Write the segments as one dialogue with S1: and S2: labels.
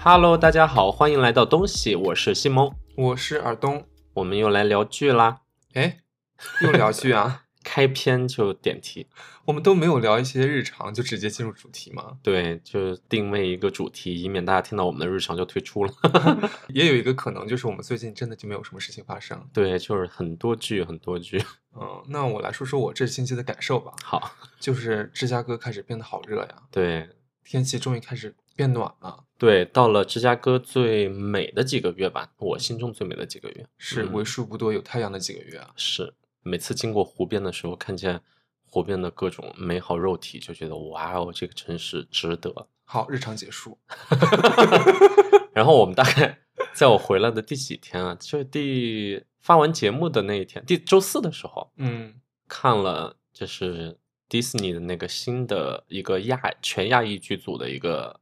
S1: Hello，大家好，欢迎来到东西，我是西蒙，
S2: 我是尔东。
S1: 我们又来聊剧啦。
S2: 哎，又聊剧啊？
S1: 开篇就点题，
S2: 我们都没有聊一些日常，就直接进入主题吗？
S1: 对，就定位一个主题，以免大家听到我们的日常就退出了。
S2: 也有一个可能就是我们最近真的就没有什么事情发生。
S1: 对，就是很多剧，很多剧。
S2: 嗯，那我来说说我这星期的感受吧。
S1: 好，
S2: 就是芝加哥开始变得好热呀，
S1: 对
S2: 天气终于开始变暖了。
S1: 对，到了芝加哥最美的几个月吧，我心中最美的几个月
S2: 是
S1: 嗯
S2: 为数不多有太阳的几个月啊。
S1: 是每次经过湖边的时候，看见湖边的各种美好肉体，就觉得哇哦，这个城市值得。
S2: 好，日常结束。
S1: 然后我们大概在我回来的第几天啊， 就是第发完节目的那一天，第周四的时候
S2: 嗯，
S1: 看了，就是迪士尼的那个新的一个亚全亚裔剧组的一个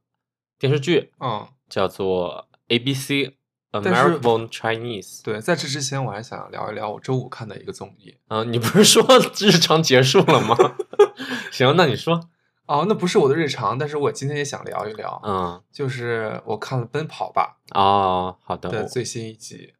S1: 电视剧，
S2: 嗯，
S1: 叫做 ABC
S2: 是
S1: American Chinese。
S2: 对，在这之前我还想聊一聊我周五看的一个综艺。
S1: 啊、 你不是说日常结束了吗？ 行，那你说，
S2: 哦，那不是我的日常，但是我今天也想聊一聊，
S1: 嗯，
S2: 就是我看了《奔跑吧》。
S1: 哦，好的，
S2: 的
S1: 我
S2: 最新一集。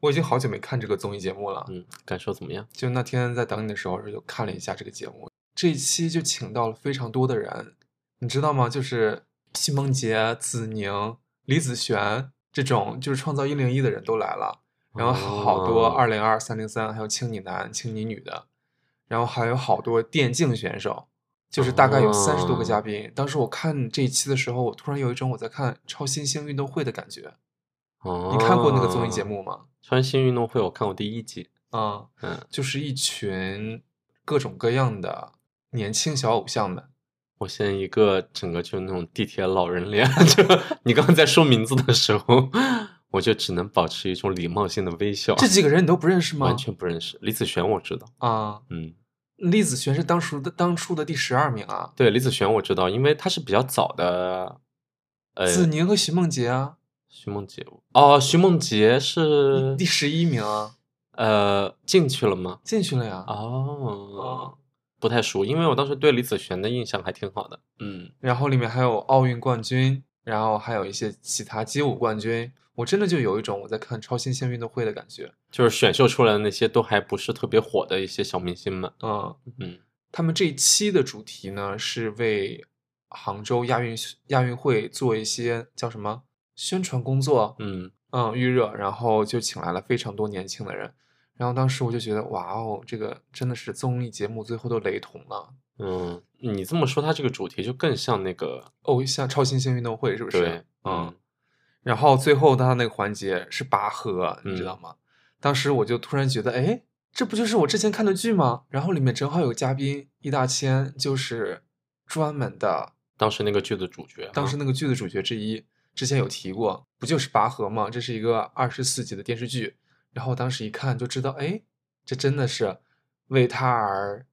S2: 我已经好久没看这个综艺节目了，
S1: 嗯，感受怎么样？
S2: 就那天在等你的时候就看了一下这个节目。这一期就请到了非常多的人，你知道吗？就是奚梦洁、子宁、李子璇这种就是创造一零一的人都来了，然后好多
S1: 哦
S2: 二零二、三零三，还有青你男、青你女的，然后还有好多电竞选手，就是大概有三十多个
S1: 哦
S2: 嘉宾。当时我看这一期的时候，我突然有一种我在看超新星运动会的感觉。
S1: 哦，
S2: 你看过那个综艺节目吗？
S1: 《川新运动会》？我看过第一集，
S2: 啊、
S1: 嗯，
S2: 就是一群各种各样的年轻小偶像们。
S1: 我现在一个整个就是那种地铁老人脸， 就你刚刚在说名字的时候，我就只能保持一种礼貌性的微笑，
S2: 这几个人你都不认识吗？
S1: 完全不认识。李子璇我知道，
S2: 啊、
S1: 嗯，
S2: 李子璇是当时的当初的第十二名啊，
S1: 对，李子璇我知道，因为她是比较早的，呃，
S2: 子宁和徐梦洁啊，
S1: 徐梦洁哦，徐梦洁是
S2: 第十一名啊，
S1: 呃进去了吗？
S2: 进去了呀。
S1: 哦
S2: 啊，
S1: 不太熟，因为我当时对李子璇的印象还挺好的，嗯，
S2: 然后里面还有奥运冠军，然后还有一些其他街舞冠军。我真的就有一种我在看超新星运动会的感觉。
S1: 就是选秀出来的那些都还不是特别火的一些小明星们，
S2: 嗯，
S1: 嗯，
S2: 他们这一期的主题呢是为杭州亚运亚运会做一些叫什么宣传工作。
S1: 嗯，
S2: 嗯，预热，然后就请来了非常多年轻的人。然后当时我就觉得，哇哦，这个真的是综艺节目最后都雷同了，
S1: 嗯，你这么说，它这个主题就更像那个
S2: 偶哦像超新星运动会是不是？
S1: 对，
S2: 嗯。然后最后他那个环节是拔河，你知道吗？当时我就突然觉得，哎，这不就是我之前看的剧吗？然后里面正好有个嘉宾易大千，就是专门的
S1: 当时那个剧的主角啊，
S2: 当时那个剧的主角之一，之前有提过，不就是拔河吗？这是一个二十四集的电视剧，然后当时一看就知道，哎，这真的是为他而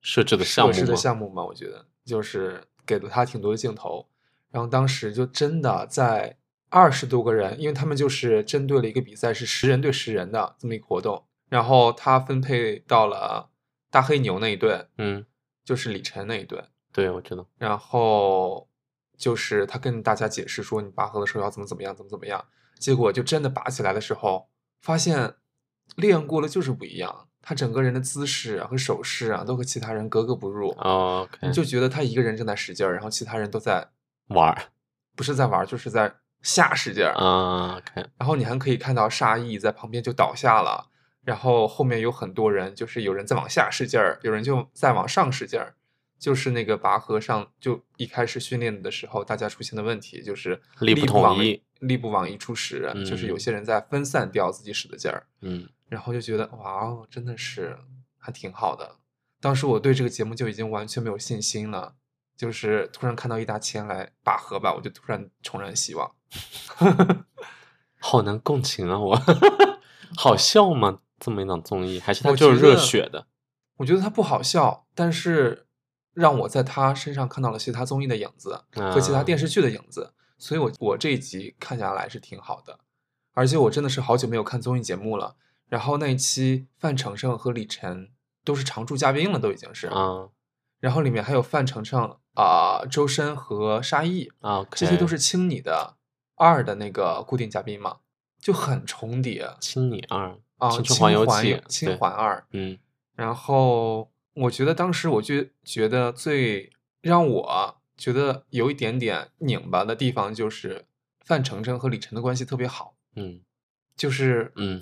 S1: 设置的项目
S2: 设置的
S1: 吗
S2: 项目嘛？我觉得就是给了他挺多的镜头，然后当时就真的在二十多个人，因为他们就是针对了一个比赛是十人对十人的这么一个活动，然后他分配到了大黑牛那一队，
S1: 嗯，
S2: 就是李晨那一队，
S1: 对，我知道，
S2: 然后就是他跟大家解释说你拔河的时候要怎么怎么样，怎么怎么样，结果就真的拔起来的时候，发现练过了就是不一样，他整个人的姿势啊和手势啊都和其他人格格不入，
S1: 哦，OK，
S2: 嗯你就觉得他一个人正在使劲儿，然后其他人都在
S1: 玩儿
S2: 不是在玩儿就是在瞎使劲儿，
S1: 啊，OK，
S2: 然后你还可以看到沙溢在旁边就倒下了。然后后面有很多人，就是有人在往下使劲儿，有人就在往上使劲儿，就是那个拔河上就一开始训练的时候，大家出现的问题就是
S1: 力不
S2: 不
S1: 统
S2: 往
S1: 一，
S2: 力不往一处使，就是有
S1: 嗯
S2: 些人在分散掉自己使的劲儿，
S1: 嗯，
S2: 然后就觉得哇哦，真的是还挺好的。当时我对这个节目就已经完全没有信心了，就是突然看到易大千来拔河吧，我就突然重燃希望。
S1: 好难共情啊，我 好笑吗？这么一档综艺，还是它
S2: 我
S1: 就是
S2: 觉
S1: 热
S2: 得
S1: 血的？
S2: 我觉得它不好笑，但是让我在他身上看到了其他综艺的影子和其他
S1: 啊
S2: 电视剧的影子，所以我我这一集看下来是挺好的，而且我真的是好久没有看综艺节目了。然后那一期范丞丞和李晨都是常驻嘉宾了，都已经是。
S1: 啊
S2: 然后里面还有范丞丞啊、周深和沙溢，
S1: 啊，OK，
S2: 这些都是青你的二的那个固定嘉宾嘛，就很重叠
S1: 青你二，
S2: 啊。
S1: 青春
S2: 青
S1: 环游
S2: 环
S1: 记
S2: 有青
S1: 对
S2: 环二，
S1: 嗯
S2: 然后我觉得当时我就觉得最让我觉得有一点点拧巴的地方，就是范丞丞和李晨的关系特别好，
S1: 嗯
S2: 就是
S1: 嗯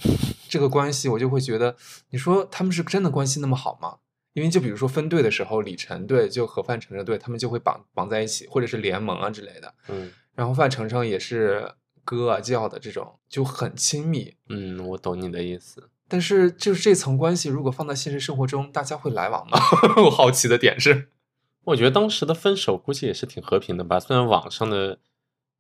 S2: 这个关系，我就会觉得，你说他们是真的关系那么好吗？因为就比如说分队的时候，李晨队就和范丞丞队，他们就会绑绑在一起，或者是联盟啊之类的。
S1: 嗯
S2: 然后范丞丞也是哥啊叫的这种，就很亲密。
S1: 嗯，我懂你的意思。
S2: 但是就是这层关系，如果放在现实生活中，大家会来往吗？ 我好奇的点是，
S1: 我觉得当时的分手估计也是挺和平的吧，虽然网上的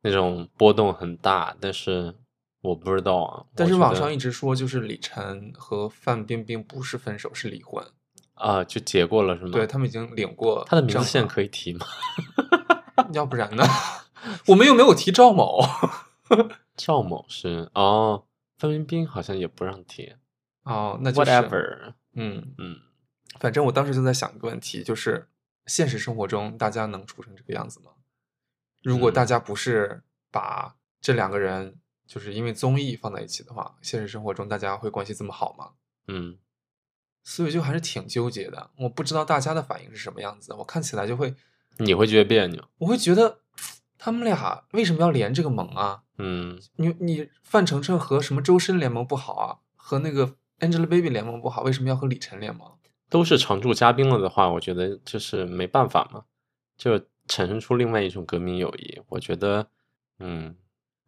S1: 那种波动很大，但是我不知道啊。
S2: 但
S1: 我
S2: 是
S1: 觉
S2: 网
S1: 得
S2: 上一直说，就是李晨和范冰冰不是分手，是离婚。
S1: 啊、就结过了是吗？
S2: 对他们已经领过
S1: 他的名
S2: 证
S1: 字现在
S2: 了
S1: 可以提吗？
S2: 要不然呢？ 我们又没有提赵某
S1: 赵某是哦，范冰冰好像也不让提。
S2: 哦，那就是
S1: Whatever，
S2: 嗯，
S1: 嗯，
S2: 反正我当时就在想一个问题，就是现实生活中大家能处成这个样子吗？如果
S1: 嗯
S2: 大家不是把这两个人就是因为综艺放在一起的话，现实生活中大家会关系这么好吗？
S1: 嗯，
S2: 所以就还是挺纠结的。我不知道大家的反应是什么样子，我看起来就会，
S1: 你会觉得别扭，
S2: 我会觉得他们俩为什么要连这个盟啊？
S1: 嗯
S2: 你你范丞丞和什么周深联盟不好啊？和那个 Angelababy 联盟不好，为什么要和李晨联盟？
S1: 都是常驻嘉宾了的话，我觉得就是没办法嘛，就产生出另外一种革命友谊。我觉得，嗯，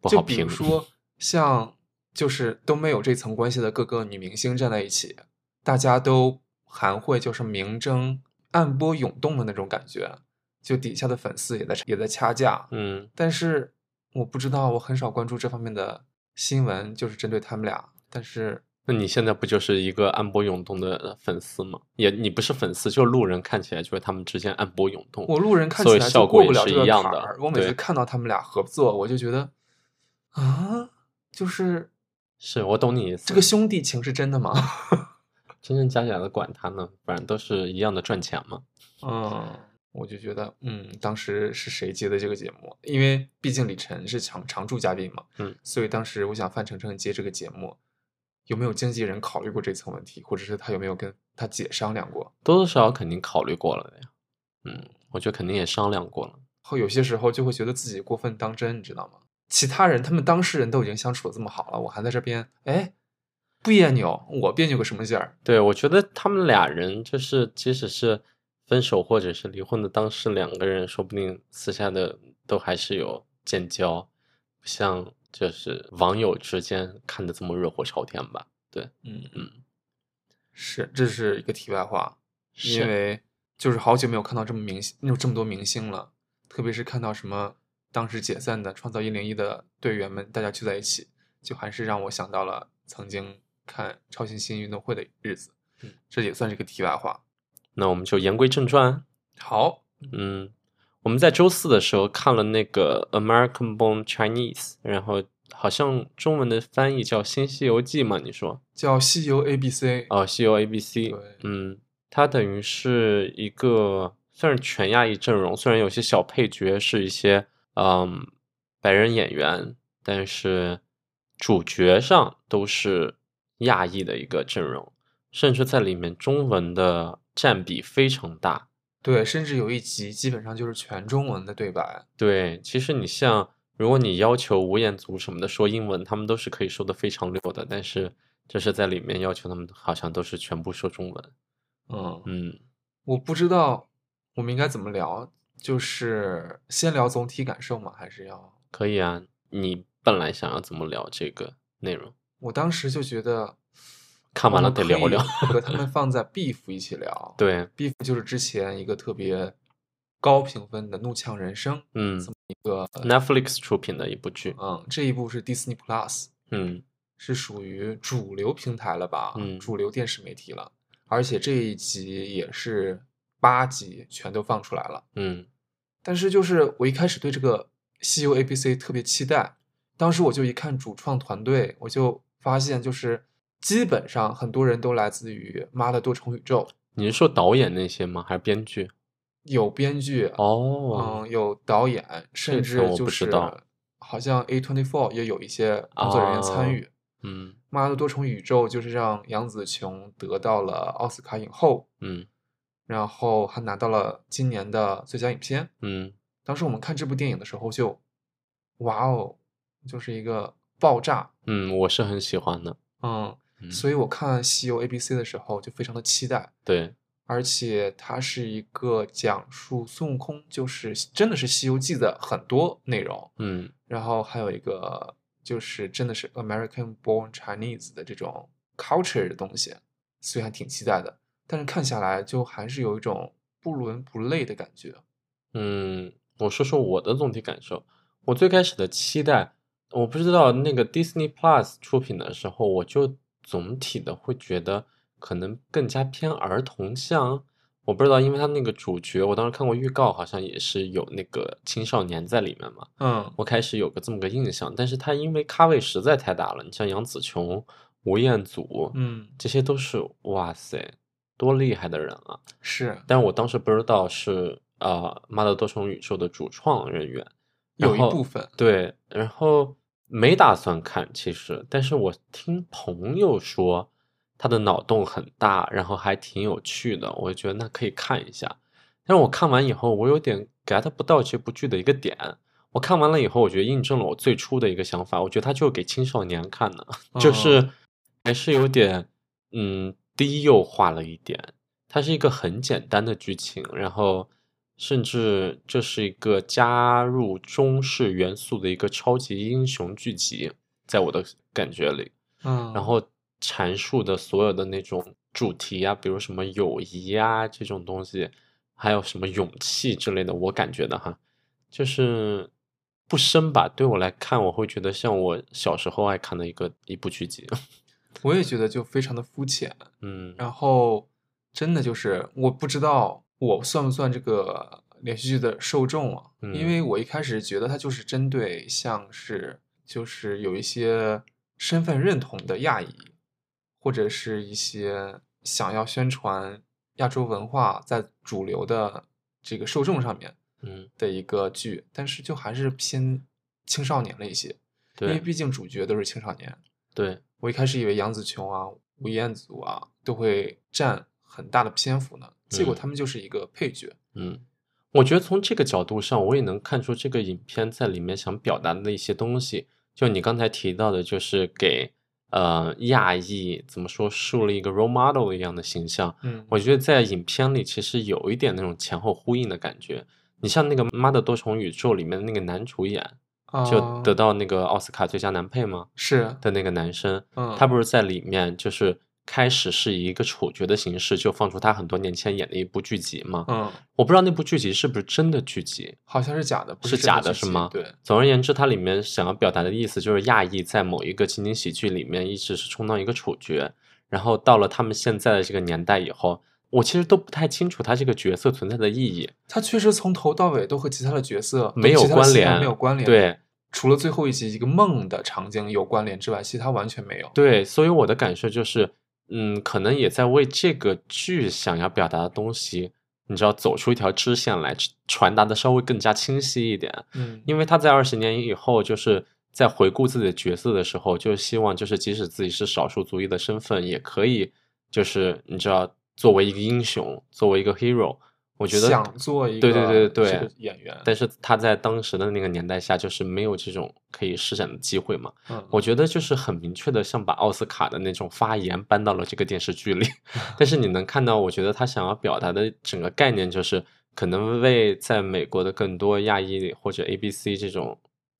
S1: 不
S2: 就
S1: 好
S2: 比
S1: 评
S2: 如。说像就是都没有这层关系的各个女明星站在一起，大家都还会就是明争暗波涌动的那种感觉，就底下的粉丝也在也在掐架。
S1: 嗯，
S2: 但是我不知道，我很少关注这方面的新闻，就是针对他们俩。但是
S1: 那你现在不就是一个暗波涌动的粉丝吗？也你不是粉丝，就路人看起来就是他们之间暗波涌动。
S2: 我路人看
S1: 所以
S2: 起来就
S1: 效果
S2: 过
S1: 也
S2: 不了
S1: 是
S2: 这个
S1: 一样
S2: 坎
S1: 的
S2: 儿。我每次
S1: 对
S2: 看到他们俩合作，我就觉得啊，就是
S1: 是我懂你意思，
S2: 这个兄弟情是真的吗？
S1: 真真假假的管他呢，反正都是一样的赚钱嘛。
S2: 嗯，我就觉得，嗯，当时是谁接的这个节目？因为毕竟李晨是常常驻嘉宾嘛，
S1: 嗯，
S2: 所以当时我想范丞丞接这个节目，有没有经纪人考虑过这层问题，或者是他有没有跟他姐商量过？
S1: 多多少少肯定考虑过了的呀。嗯，我觉得肯定也商量过了。
S2: 后有些时候就会觉得自己过分当真，你知道吗？其他人他们当事人都已经相处的这么好了，我还在这边哎不别扭，我别扭个什么劲儿？
S1: 对，我觉得他们俩人就是，即使是分手或者是离婚的当事两个人，说不定私下的都还是有建交，不像就是网友之间看的这么热火朝天吧？
S2: 嗯
S1: 嗯，
S2: 是，这是一个题外话，因
S1: 是
S2: 为就是好久没有看到这么明星，有这么多明星了，特别是看到什么当时解散的创造一零一的队员们，大家聚在一起，就还是让我想到了曾经看超新星运动会的日子
S1: 嗯。
S2: 这也算是个题外话。
S1: 那我们就言归正传。啊
S2: 好，
S1: 嗯，我们在周四的时候看了那个《American Born Chinese》，然后好像中文的翻译叫《新西游记》嘛？你说？
S2: 叫《西游 A B C》
S1: 哦，《西游 A B C
S2: 对》。
S1: 嗯，它等于是一个算是全亚裔阵容，虽然有些小配角是一些嗯白人演员，但是主角上都是亚裔的一个阵容，甚至在里面中文的占比非常大。
S2: 对，甚至有一集基本上就是全中文的对白。
S1: 对，其实你像，如果你要求吴彦祖什么的说英文，他们都是可以说的非常溜的，但是就是在里面要求他们好像都是全部说中文。
S2: 嗯，
S1: 嗯
S2: 我不知道我们应该怎么聊，就是先聊总体感受吗？还是要？
S1: 可以啊，你本来想要怎么聊这个内容？
S2: 我当时就觉得，
S1: 看完
S2: 我
S1: 了
S2: 们
S1: 得
S2: 可
S1: 聊
S2: 以
S1: 聊
S2: 和他们放在 Beef 一起聊。
S1: 对，
S2: ，Beef 就是之前一个特别高评分的《怒呛人生》，
S1: 嗯，Netflix 出品的一部剧，
S2: 嗯，这一部是 Disney Plus，
S1: 嗯
S2: 是属于主流平台了吧？
S1: 嗯
S2: 主流电视媒体了，而且这一集也是八集全都放出来了。
S1: 嗯，
S2: 但是就是我一开始对这个西游 ABC 特别期待，当时我就一看主创团队，我就发现就是基本上很多人都来自于《妈的多重宇宙》，
S1: 你是说导演那些吗？还是编剧？
S2: 有编剧，
S1: 哦，
S2: 嗯，有导演，甚
S1: 这
S2: 至
S1: 层我
S2: 就
S1: 不知
S2: 是
S1: 道
S2: 好像 A twenty four 也有一些工作人员参与。
S1: 嗯
S2: 《妈的多重宇宙》就是让杨紫琼得到了奥斯卡影后，
S1: 嗯
S2: 然后还拿到了今年的最佳影片。
S1: 嗯
S2: 当时我们看这部电影的时候就，哇哦，就是一个爆炸。
S1: 嗯，我是很喜欢的。
S2: 嗯，
S1: 嗯，
S2: 所以我看《西游 A B C》的时候就非常的期待，
S1: 对，
S2: 而且它是一个讲述孙悟空，就是真的是《西游记》的很多内容。
S1: 嗯
S2: 然后还有一个就是真的是 American born Chinese 的这种 culture 的东西，所以还挺期待的。但是看下来就还是有一种不伦不类的感觉。
S1: 嗯，我说说我的总体感受。我最开始的期待，我不知道那个 Disney Plus 出品的时候，我就总体的会觉得可能更加偏儿童向。我不知道，因为他那个主角，我当时看过预告，好像也是有那个青少年在里面嘛。
S2: 嗯
S1: 我开始有个这么个印象，但是他因为咖位实在太大了，你像杨紫琼、吴彦祖，
S2: 嗯，
S1: 这些都是哇塞，多厉害的人啊！
S2: 是
S1: 但我当时不知道是啊，呃《妈的多重宇宙》的主创人员。然
S2: 有一
S1: 后
S2: 部分，
S1: 对，然后没打算看，其实，但是我听朋友说他的脑洞很大，然后还挺有趣的，我觉得那可以看一下。但是我看完以后，我有点 get 不到这部剧的一个点。我看完了以后，我觉得印证了我最初的一个想法，我觉得它就是给青少年看的，就
S2: 嗯
S1: 是还是有点嗯低幼化了一点。它是一个很简单的剧情，然后甚至这是一个加入中式元素的一个超级英雄剧集，在我的感觉里，
S2: 嗯，
S1: 然后阐述的所有的那种主题啊，比如什么友谊啊这种东西，还有什么勇气之类的，我感觉的哈，就是不深吧。对我来看，我会觉得像我小时候爱看的一个一部剧集。
S2: 我也觉得就非常的肤浅。
S1: 嗯
S2: 然后真的就是我不知道我算不算这个连续剧的受众啊，
S1: 嗯
S2: 因为我一开始觉得它就是针对像是就是有一些身份认同的亚裔，或者是一些想要宣传亚洲文化在主流的这个受众上面
S1: 嗯，
S2: 的一个剧，但是就还是偏青少年了一些，因为
S1: 对
S2: 毕竟主角都是青少年。
S1: 对，
S2: 我一开始以为杨紫琼啊、吴彦祖啊都会占很大的篇幅呢，结果
S1: 嗯
S2: 他们就是一个配角。
S1: 嗯，我觉得从这个角度上，我也能看出这个影片在里面想表达的一些东西。就你刚才提到的，就是给呃亚裔怎么说树立一个 role model 一样的形象。
S2: 嗯
S1: 我觉得在影片里其实有一点那种前后呼应的感觉。你像那个《妈的多重宇宙》里面的那个男主演，就得
S2: 啊
S1: 到那个奥斯卡最佳男配嘛
S2: 是，
S1: 的那个男生，
S2: 嗯，
S1: 他不是在里面就是开始是以一个处决的形式，就放出他很多年前演的一部剧集嘛。
S2: 嗯，
S1: 我不知道那部剧集是不是真的剧集。
S2: 好像是假的，不
S1: 是
S2: 真
S1: 假的
S2: 剧
S1: 是
S2: 集
S1: 吗
S2: 对，
S1: 总而言之，它里面想要表达的意思就是亚裔在某一个情景喜剧里面一直是充当一个处角，然后到了他们现在的这个年代以后，我其实都不太清楚他这个角色存在的意义。
S2: 他确实从头到尾都和其他的角色
S1: 没有
S2: 其他的
S1: 关
S2: 戏份
S1: 联
S2: 没有关联。，
S1: 对
S2: 除了最后一集一个梦的场景有关联之外，其他完全没有。
S1: 对，所以我的感受就是，嗯，可能也在为这个剧想要表达的东西，你知道，走出一条支线来，传达的稍微更加清晰一点。
S2: 嗯，
S1: 因为他在二十年以后，就是在回顾自己的角色的时候，就希望就是即使自己是少数族裔的身份，也可以就是你知道，作为一个英雄，作为一个 hero，我觉得
S2: 想做一个
S1: 对对对对
S2: 这
S1: 对
S2: 个演员，
S1: 但是他在当时的那个年代下，就是没有这种可以施展的机会嘛。
S2: 嗯
S1: 我觉得就是很明确的，像把奥斯卡的那种发言搬到了这个电视剧里。但是你能看到，我觉得他想要表达的整个概念就是，可能为在美国的更多亚裔或者 A B C 这种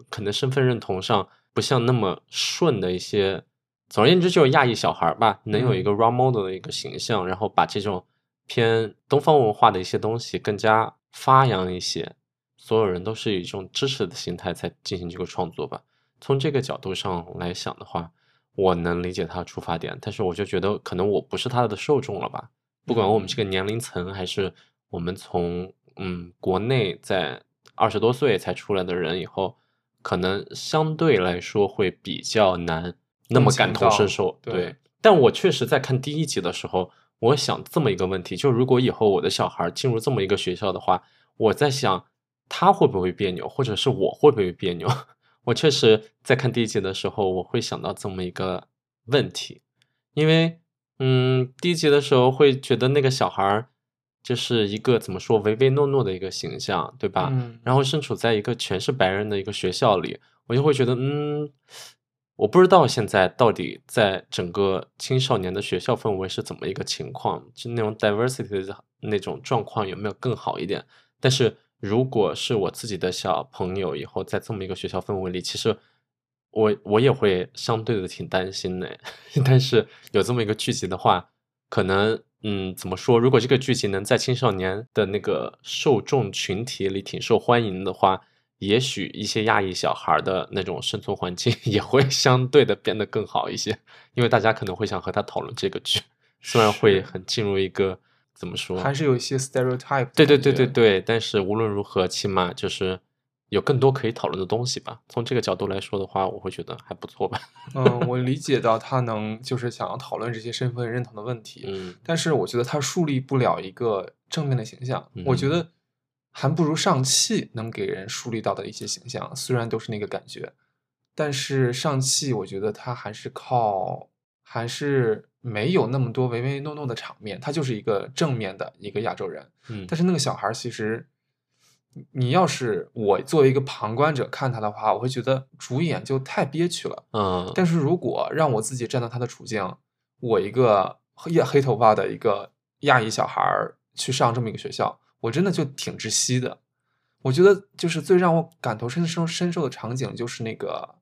S1: 可能身份认同上不像那么顺的一些，总而言之就是亚裔小孩儿吧，能有一
S2: 嗯
S1: 个 role model 的一个形象，然后把这种偏东方文化的一些东西更加发扬一些。所有人都是以一种支持的心态在进行这个创作吧。从这个角度上来想的话，我能理解他的出发点，但是我就觉得可能我不是他的受众了吧。不管我们这个年龄层，还是我们从嗯国内在二十多岁才出来的人以后，可能相对来说会比较难那么感同身受。
S2: 对
S1: 对，但我确实在看第一集的时候，我想这么一个问题：就如果以后我的小孩进入这么一个学校的话，我在想他会不会别扭，或者是我会不会别扭？我确实在看第一集的时候，我会想到这么一个问题，因为嗯，第一集的时候会觉得那个小孩儿就是一个怎么说唯唯诺诺的一个形象，对吧？
S2: 嗯
S1: 然后身处在一个全是白人的一个学校里，我就会觉得，嗯，我不知道现在到底在整个青少年的学校氛围是怎么一个情况，就那种 diversity 的那种状况有没有更好一点？但是如果是我自己的小朋友以后在这么一个学校氛围里，其实我我也会相对的挺担心的。 但是有这么一个剧集的话，可能嗯，怎么说？如果这个剧集能在青少年的那个受众群体里挺受欢迎的话，也许一些亚裔小孩儿的那种生存环境 也会相对的变得更好一些，因为大家可能会想和他讨论这个剧，虽然会
S2: 是
S1: 很进入一个怎么说，
S2: 还是有一些 stereotype 的
S1: 对对对
S2: 感觉
S1: 对对，但是无论如何，起码就是有更多可以讨论的东西吧。从这个角度来说的话，我会觉得还不错吧。
S2: 嗯，我理解到他能就是想要讨论这些身份认同的问题，
S1: 嗯
S2: 但是我觉得他树立不了一个正面的形象，我觉
S1: 嗯
S2: 得还不如上汽能给人树立到的一些形象，虽然都是那个感觉，但是上汽我觉得他还是靠还是没有那么多唯唯诺诺的场面，他就是一个正面的一个亚洲人，
S1: 嗯
S2: 但是那个小孩儿其实，你你要是我作为一个旁观者看他的话，我会觉得主演就太憋屈了。
S1: 嗯
S2: 但是如果让我自己站到他的处境，我一个黑黑头发的一个亚裔小孩儿去上这么一个学校，我真的就挺窒息的。我觉得就是最让我感同身受深受的场景，就是那个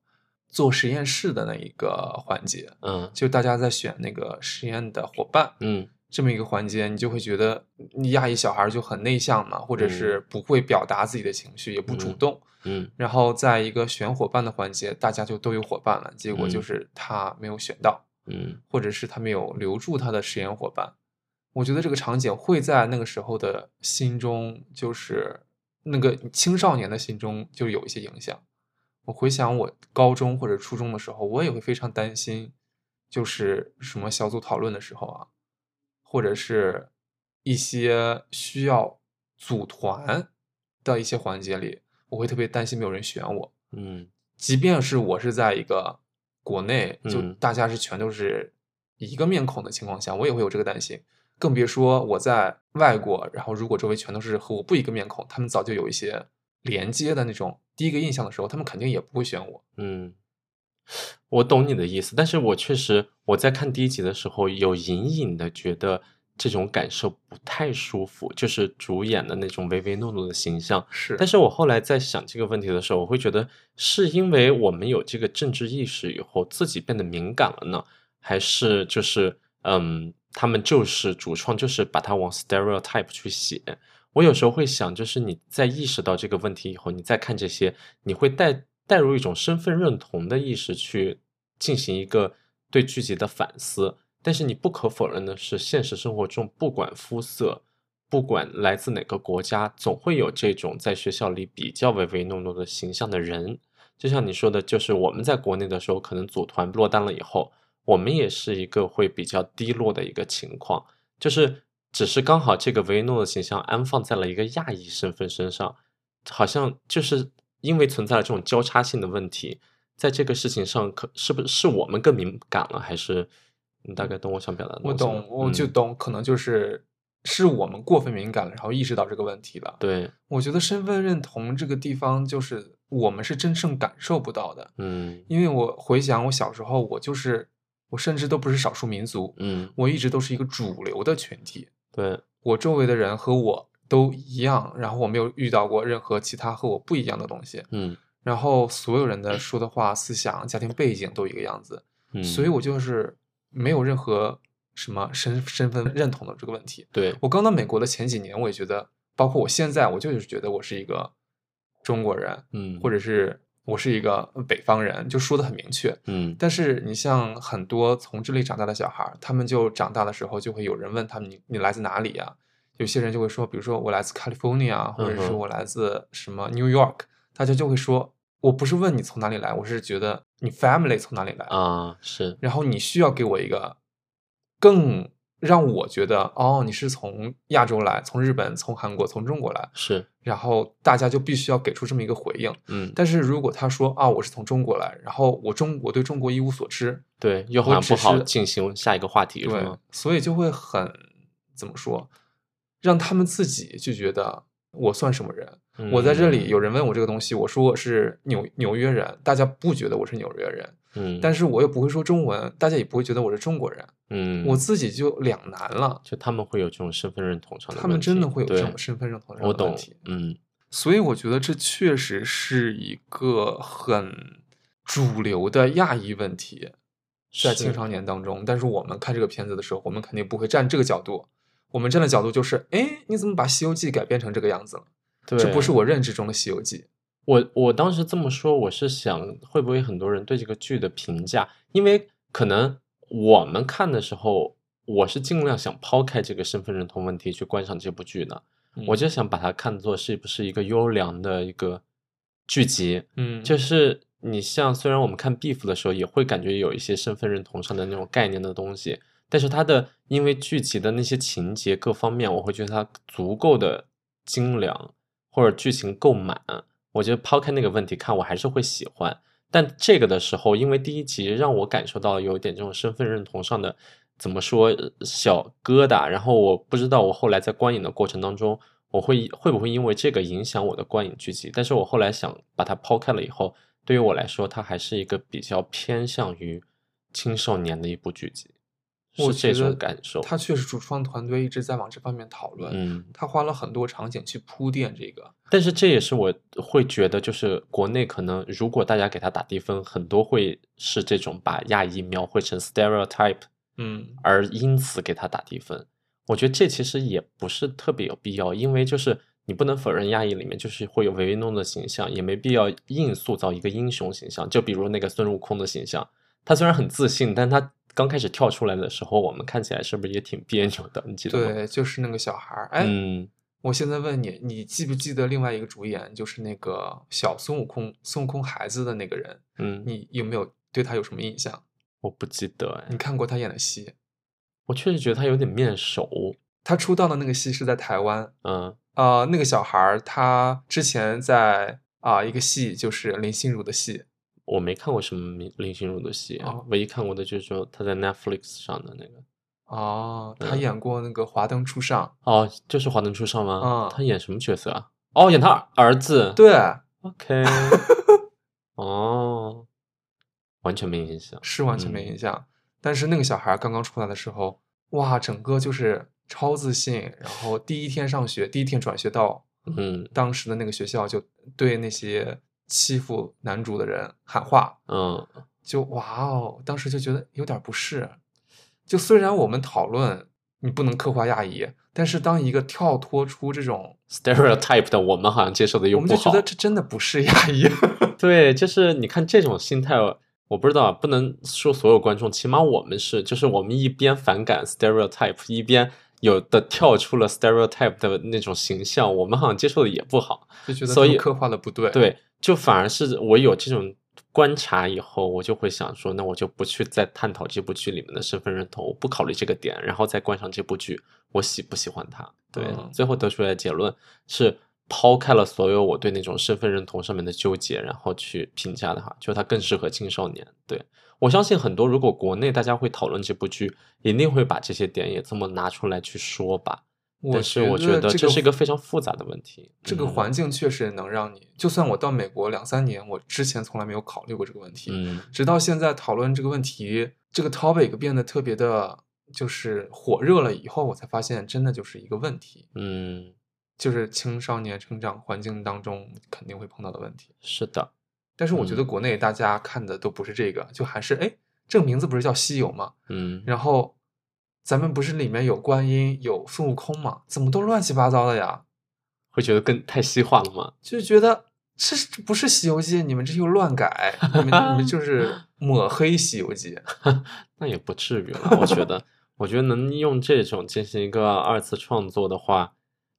S2: 做实验室的那一个环节，
S1: 嗯
S2: 就大家在选那个实验的伙伴，
S1: 嗯
S2: 这么一个环节，你就会觉得你亚裔小孩儿就很内向嘛，或者是不会表达自己的情绪，也不主
S1: 嗯
S2: 动。
S1: 嗯
S2: 然后在一个选伙伴的环节，大家就都有伙伴了，结果就
S1: 嗯
S2: 是他没有选到，
S1: 嗯
S2: 或者是他没有留住他的实验伙伴。我觉得这个场景会在那个时候的心中，就是那个青少年的心中就有一些影响。我回想我高中或者初中的时候，我也会非常担心，就是什么小组讨论的时候啊，或者是一些需要组团的一些环节里，我会特别担心没有人选我。
S1: 嗯
S2: 即便是我是在一个国内，就
S1: 嗯
S2: 大家是全都是一个面孔的情况下，我也会有这个担心，更别说我在外国，然后如果周围全都是和我不一个面孔，他们早就有一些连接的那种第一个印象的时候，他们肯定也不会选我。
S1: 嗯，我懂你的意思，但是我确实我在看第一集的时候，有隐隐的觉得这种感受不太舒服，就是主演的那种唯唯诺诺的形象。
S2: 是
S1: 但是我后来在想这个问题的时候，我会觉得是因为我们有这个政治意识以后，自己变得敏感了呢，还是就是嗯，他们就是主创就是把它往 stereotype 去写？我有时候会想，就是你在意识到这个问题以后，你再看这些，你会带带入一种身份认同的意识去进行一个对剧集的反思。但是你不可否认的是，现实生活中不管肤色，不管来自哪个国家，总会有这种在学校里比较唯唯诺诺的形象的人。就像你说的，就是我们在国内的时候，可能组团落单了以后，我们也是一个会比较低落的一个情况，就是只是刚好这个唯诺的形象安放在了一个亚裔身份身上，好像就是因为存在了这种交叉性的问题，在这个事情上可是不是是我们更敏感了，还是你大概懂我想表达的
S2: 我
S1: 东西吗？
S2: 懂，我就
S1: 嗯
S2: 懂，可能就是是我们过分敏感了，然后意识到这个问题了。
S1: 对，
S2: 我觉得身份认同这个地方，就是我们是真正感受不到的，
S1: 嗯
S2: 因为我回想我小时候，我就是我甚至都不是少数民族，
S1: 嗯，
S2: 我一直都是一个主流的群体，
S1: 对，
S2: 我周围的人和我都一样，然后我没有遇到过任何其他和我不一样的东西，
S1: 嗯
S2: 然后所有人的说的话、思想、家庭背景都一个样子，
S1: 嗯，
S2: 所以我就是没有任何什么身身份认同的这个问题。
S1: 对，
S2: 我刚到美国的前几年，我也觉得，包括我现在，我就是觉得我是一个中国人，
S1: 嗯
S2: 或者是我是一个北方人，就说的很明确。
S1: 嗯
S2: 但是你像很多从这里长大的小孩儿，他们就长大的时候就会有人问他们你你来自哪里呀、有些人就会说，比如说我来自 California，啊或者
S1: 嗯
S2: 是
S1: 哼
S2: 我来自什么 New York，大家就会说，我不是问你从哪里来，我是觉得
S1: 啊
S2: 你 family 从哪里来，
S1: 啊是
S2: 然后你需要给我一个更让我觉得哦，你是从亚洲来，从日本、从韩国、从中国来，
S1: 是，
S2: 然后大家就必须要给出这么一个回应。
S1: 嗯，
S2: 但是如果他说啊，我是从中国来，然后我中我对中国一无所知，
S1: 对，又好
S2: 我
S1: 像
S2: 只
S1: 不好
S2: 是
S1: 进行下一个话题，是
S2: 对
S1: 吗？，
S2: 所以就会很怎么说，让他们自己就觉得我算什么人？
S1: 嗯
S2: 我在这里有人问我这个东西，我说我是纽纽约人，大家不觉得我是纽约人，
S1: 嗯，嗯，
S2: 但是我又不会说中文，大家也不会觉得我是中国人，
S1: 嗯，
S2: 我自己就两难了。
S1: 就他们会有这种身份认同上的问题，
S2: 他们真的会有这种
S1: 对
S2: 身份认同上
S1: 我
S2: 的问
S1: 懂
S2: 题，，
S1: 嗯
S2: 所以我觉得这确实是一个很主流的亚裔问题。在
S1: 是
S2: 青少年当中。但是我们看这个片子的时候，我们肯定不会站这个角度，我们站的角度就是，哎，你怎么把《西游记》改编成这个样子了？
S1: 对，
S2: 这不是我认知中的《西游记
S1: 我我当时这么说，我是想会不会很多人对这个剧的评价，因为可能我们看的时候，我是尽量想抛开这个身份认同问题去观赏这部剧的，》。
S2: 嗯
S1: 我就想把它看作是不是一个优良的一个剧集，
S2: 嗯，
S1: 就是你像虽然我们看 Beef 的时候也会感觉有一些身份认同上的那种概念的东西，但是它的因为剧集的那些情节各方面，我会觉得它足够的精良，或者剧情够满。我觉得抛开那个问题看，我还是会喜欢。但这个的时候，因为第一集让我感受到有一点这种身份认同上的怎么说呃小疙瘩，然后我不知道我后来在观影的过程当中，我会会不会因为这个影响我的观影剧集？但是我后来想把它抛开了以后，对于我来说，它还是一个比较偏向于青少年的一部剧集，
S2: 我
S1: 是这
S2: 觉得
S1: 种感受。
S2: 他确实主创团队一直在往这方面讨论，
S1: 嗯，
S2: 他花了很多场景去铺垫这个。
S1: 但是这也是我会觉得，就是国内可能如果大家给它打低分，很多会是这种把亚裔描绘成 stereotype，
S2: 嗯，
S1: 而因此给他打低分。我觉得这其实也不是特别有必要，因为就是你不能否认亚裔里面就是会有唯唯诺诺的形象，也没必要硬塑造一个英雄形象。就比如那个孙悟空的形象，他虽然很自信，但他刚开始跳出来的时候，我们看起来是不是也挺别扭的？你记得吗？
S2: 对，就是那个小孩儿。哎，
S1: 嗯，
S2: 我现在问你，你记不记得另外一个主演，就是那个小孙悟空，孙悟空孩子的那个人？
S1: 嗯
S2: 你有没有对他有什么印象？
S1: 我不记得哎
S2: 你，看过他演的戏？
S1: 我确实觉得他有点面熟。
S2: 他出道的那个戏是在台湾，
S1: 嗯
S2: 呃，那个小孩儿他之前在啊、一个戏，就是林心如的戏，
S1: 我没看过什么林林心如的戏啊、
S2: 哦
S1: 唯一看过的就是说他在 Netflix 上的那个。
S2: 哦，他
S1: 嗯
S2: 演过那个《华灯初上
S1: 哦，就是华灯初上吗？
S2: 嗯
S1: 他演什么角色啊？哦，演他儿子。》，
S2: 对，
S1: ，OK，哦，完全没印象。
S2: 是完全没
S1: 嗯
S2: 印象。但是那个小孩儿刚刚出来的时候，哇，整个就是超自信，然后第一天上学，第一天转学到
S1: 嗯
S2: 当时的那个学校，就对那些欺负男主的人喊话，
S1: 嗯，
S2: 就哇哦，当时就觉得有点不适。就虽然我们讨论你不能刻画亚裔，但是当一个跳脱出这种，
S1: stereotype 的我们好像接受的又
S2: 我们就
S1: 不
S2: 觉
S1: 好。
S2: 得这真的不是亚 裔。
S1: 对，就是你看这种心态，我不知道，不能说所有观众，起码我们是，就是我们一边反感 stereotype，一边有的跳出了 stereotype 的那种形象，我们好像接受的也不好。
S2: 就觉得
S1: 所
S2: 他们
S1: 以
S2: 刻画的不对。，
S1: 对，就反而是我有这种观察以后，我就会想说，那我就不去再探讨这部剧里面的身份认同，我不考虑这个点，然后再观赏这部剧，我喜不喜欢它。对，
S2: 嗯
S1: 最后得出来的结论是抛开了所有我对那种身份认同上面的纠结，然后去评价它，就它更适合青少年。对我相信很多，如果国内大家会讨论这部剧，一定会把这些点也这么拿出来去说吧。
S2: 我
S1: 但是我觉得
S2: 这
S1: 这是一个非常复杂的问题。
S2: 这个
S1: 嗯
S2: 环境确实能让你，就算我到美国两三年，我之前从来没有考虑过这个问题，
S1: 嗯，
S2: 直到现在讨论这个问题，这个 topic 变得特别的，就是火热了以后，我才发现真的就是一个问题，
S1: 嗯，
S2: 就是青少年成长环境当中肯定会碰到的问题。
S1: 是的，
S2: 但是我觉
S1: 嗯
S2: 得国内大家看的都不是这个，就还是哎，这个名字不是叫西游吗？
S1: 嗯，
S2: 然后咱们不是里面有观音、有孙悟空吗？怎么都乱七八糟的呀？
S1: 会觉得更太西化了吗？
S2: 就觉得这是这不是《西游记》，你们这又乱改，你们你们就是抹黑《西游记》。
S1: 那也不至于了，我觉 得，我觉得能用这种进行一个二次创作的话，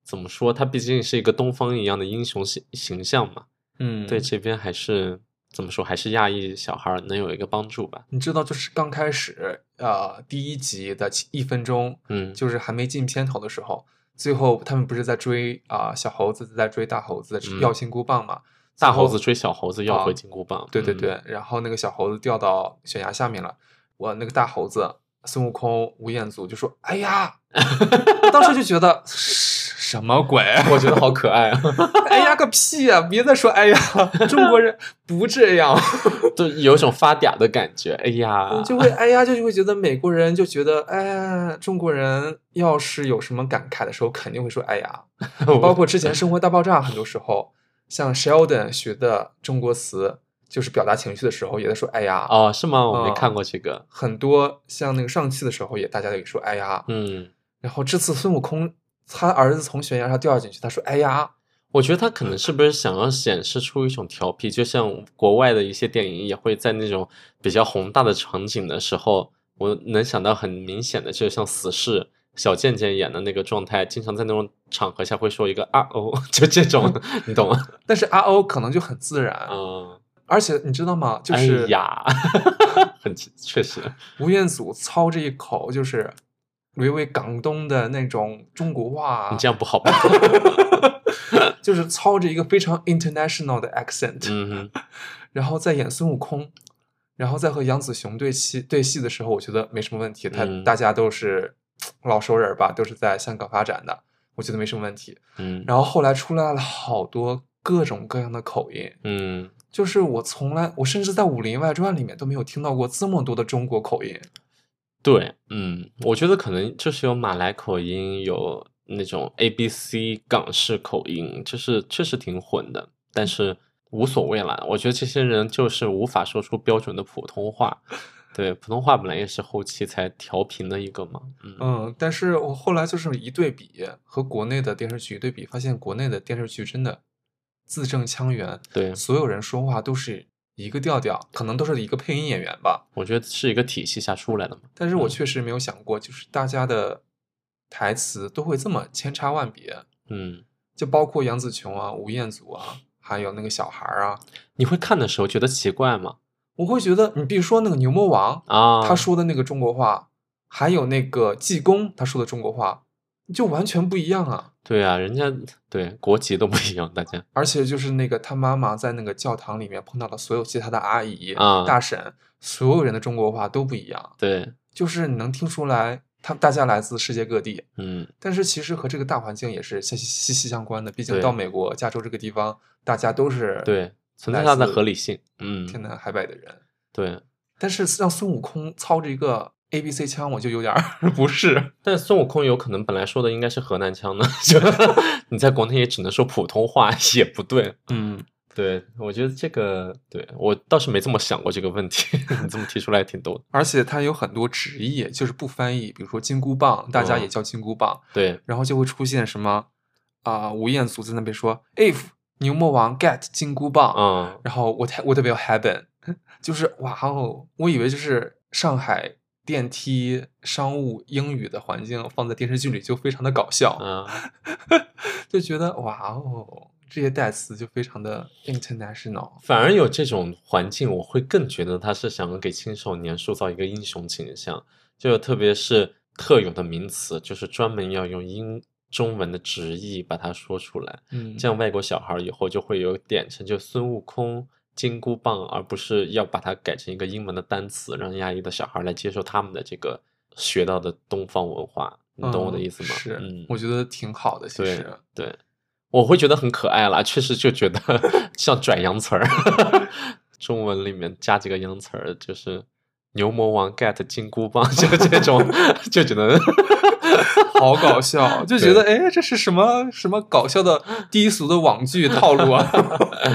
S1: 怎么说？它毕竟是一个东方一样的英雄形形象嘛，
S2: 嗯
S1: 对这边还是怎么说，还是亚裔小孩儿能有一个帮助吧。
S2: 你知道，就是刚开始，呃，第一集的其一分钟，
S1: 嗯，
S2: 就是还没进片头的时候，最后他们不是在追啊、小猴子在追大猴子
S1: 嗯
S2: 要金箍棒嘛？
S1: 大
S2: 最后啊
S1: 猴子追小猴子要回金箍棒。
S2: 对对
S1: 嗯
S2: 对，，然后那个小猴子掉到悬崖下面了，我那个大猴子孙悟空吴彦祖就说：“哎呀！”我当时就觉得什么鬼？
S1: 我觉得好可爱啊！
S2: 哎呀个屁呀、别再说哎呀，中国人不这样，
S1: 就有一种发嗲的感觉。哎呀，
S2: 就会哎呀，就会觉得美国人就觉得哎，中国人要是有什么感慨的时候，肯定会说哎呀。包括之前《生活大爆炸》，很多时候像 Sheldon 学的中国词，就是表达情绪的时候，也在说哎呀。
S1: 哦，是吗？我没
S2: 嗯
S1: 看过这个。
S2: 很多像那个上汽的时候也，大家也说哎呀。
S1: 嗯，
S2: 然后这次孙悟空他儿子从悬崖上掉下去，他说哎呀，
S1: 我觉得他可能是不是想要显示出一种调皮，就像国外的一些电影也会在那种比较宏大的场景的时候，我能想到很明显的，就像死侍小贱贱演的那个状态，经常在那种场合下会说一个啊哦， 就这种，你懂吗？
S2: 但是阿欧可能就很自然，
S1: 嗯，
S2: 而且你知道吗？就
S1: 哎
S2: 是
S1: 呀， 很确实，
S2: 吴彦祖操这一口就是略微港东的那种中国话啊
S1: 你，这样不好吧？
S2: 就是操着一个非常 international 的 accent，、
S1: 嗯哼，
S2: 然后再演孙悟空，然后再和杨紫琼对戏对戏的时候，我觉得没什么问题。他、
S1: 嗯
S2: 大家都是老熟人儿吧，都是在香港发展的，我觉得没什么问题。
S1: 嗯，
S2: 然后后来出来了好多各种各样的口音，
S1: 嗯，
S2: 就是我从来，我甚至在《武林外传》里面都没有听到过这么多的中国口音。
S1: 对，嗯，我觉得可能就是有马来口音，有那种 A B C 港式口音，就是确实挺混的，但是无所谓啦。我觉得这些人就是无法说出标准的普通话，对，普通话本来也是后期才调频的一个嘛，嗯
S2: 嗯，但是我后来就是一对比，和国内的电视剧一对比，发现国内的电视剧真的字正腔圆，
S1: 对，
S2: 所有人说话都是一个调调，可能都是一个配音演员吧。
S1: 我觉得是一个体系下出来的嘛，
S2: 但是我
S1: 嗯
S2: 确实没有想过，就是大家的台词都会这么千差万别，
S1: 嗯，
S2: 就包括杨紫琼啊、吴彦祖啊，还有那个小孩儿啊，
S1: 你会看的时候觉得奇怪吗？
S2: 我会觉得，你比如说那个牛魔王，
S1: 嗯啊，
S2: 他说的那个中国话，还有那个济公他说的中国话，就完全不一样啊。
S1: 对啊，人家对国籍都不一样，大家
S2: 而且就是那个他妈妈在那个教堂里面碰到的所有其他的阿姨、
S1: 啊
S2: 大婶，所有人的中国话都不一样，
S1: 对，
S2: 就是你能听出来，他大家来自世界各地，
S1: 嗯，
S2: 但是其实和这个大环境也是息息息息相关的。毕竟
S1: 对
S2: 到美国、加州这个地方，大家都是
S1: 对，存在
S2: 来
S1: 它的
S2: 自
S1: 合理性，嗯，
S2: 天南海北的人，
S1: 对。
S2: 但是让孙悟空操着一个 A B C 腔，我就有点儿 不是。
S1: 但孙悟空有可能本来说的应该是河南腔呢，就你在国内也只能说普通话，也不对。
S2: 嗯，
S1: 对，我觉得这个对我倒是没这么想过这个问题， 你这么提出来也挺逗的。
S2: 而且它有很多直译，就是不翻译，比如说金箍棒，大
S1: 哦
S2: 家也叫金箍棒。
S1: 对，
S2: 然后就会出现什么啊、吴彦祖在那边说 if 牛魔王 get 金箍棒，
S1: 嗯，
S2: 然后我 what will happen，就是 哇哦，我以为就是上海电梯商务英语的环境放在电视剧里就非常的搞笑，
S1: 嗯，
S2: 就觉得哇哦，这些代词就非常的 international。
S1: 反而有这种环境，我会更觉得他是想要给青少年塑造一个英雄形象，就特别是特有的名词，就是专门要用英中文的直译把它说出来。
S2: 嗯，
S1: 这样外国小孩儿以后就会有点成就孙悟空、金箍棒，而不是要把它改成一个英文的单词，让亚裔的小孩儿来接受他们的这个学到的东方文化。你懂我的
S2: 嗯
S1: 意思吗？
S2: 是，
S1: 嗯，
S2: 我觉得挺好的，其
S1: 对
S2: 实。
S1: 对，我会觉得很可爱啦，确实就觉得 像转洋词儿， 中文里面加几个洋词儿，就是牛魔王 get 金箍棒， 就这种就只能
S2: 好搞笑，就觉得哎，这是什么什么搞笑的低俗的网 剧套路啊！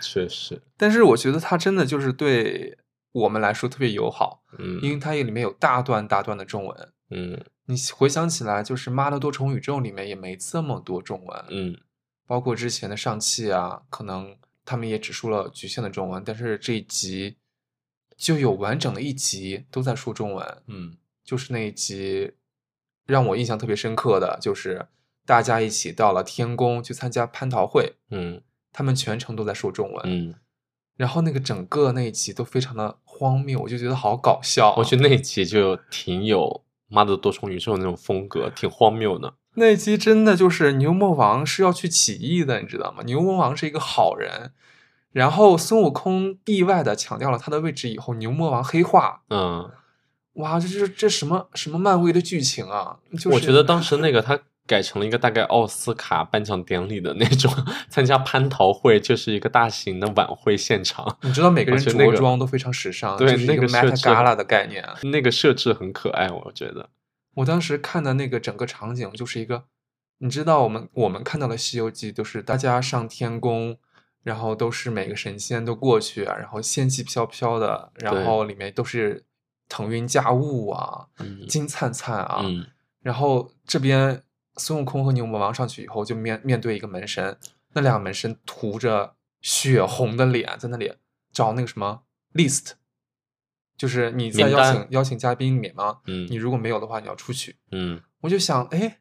S1: 确实，
S2: 但是我觉得它真的就是对我们来说特别友好，
S1: 嗯
S2: 因为它也里面有大段大段的中文。
S1: 嗯
S2: 你回想起来，就是《妈的多重宇宙》里面也没这么多中文，
S1: 嗯，
S2: 包括之前的上汽啊，可能他们也只说了局限的中文，但是这一集就有完整的一集都在说中文。
S1: 嗯
S2: 就是那一集让我印象特别深刻的，就是大家一起到了天宫去参加蟠桃会，
S1: 嗯
S2: 他们全程都在说中文。
S1: 嗯
S2: 然后那个整个那一集都非常的荒谬，我就觉得好搞笑啊、
S1: 我觉得那一集就挺有《妈的多重宇宙》那种风格，挺荒谬的。
S2: 那一集真的就是牛魔王是要去起义的，你知道吗？牛魔王是一个好人，然后孙悟空意外的抢掉了他的位置以后，牛魔王黑化，
S1: 嗯，
S2: 哇，这这这什么什么漫威的剧情啊！就是、
S1: 我觉得当时那个他改成了一个大概奥斯卡颁奖典礼的那种， 参加蟠桃会就是一个大型的晚会现场，
S2: 你知道每个人
S1: 我觉得那
S2: 着
S1: 个
S2: 装都非常时尚，
S1: 对
S2: 就是一
S1: 那个
S2: Met
S1: 设置
S2: Gala 的概念。啊
S1: 那个设置很可爱，我觉得。
S2: 我当时看的那个整个场景就是一个，你知道我们我们看到的《西游记》都是大家上天宫，然后都是每个神仙都过去啊，然后仙气飘飘的，然
S1: 对
S2: 后里面都是腾云驾雾啊，
S1: 嗯
S2: 金灿灿啊，
S1: 嗯，
S2: 然后这边孙悟空和牛魔王上去以后就面面对一个门神，那两个门神涂着血红的脸在那里找那个什么 list，就是你在
S1: 名
S2: 邀
S1: 单
S2: 请邀请嘉宾里面吗？
S1: 嗯
S2: 你如果没有的话，你要出去。
S1: 嗯，
S2: 我就想，哎，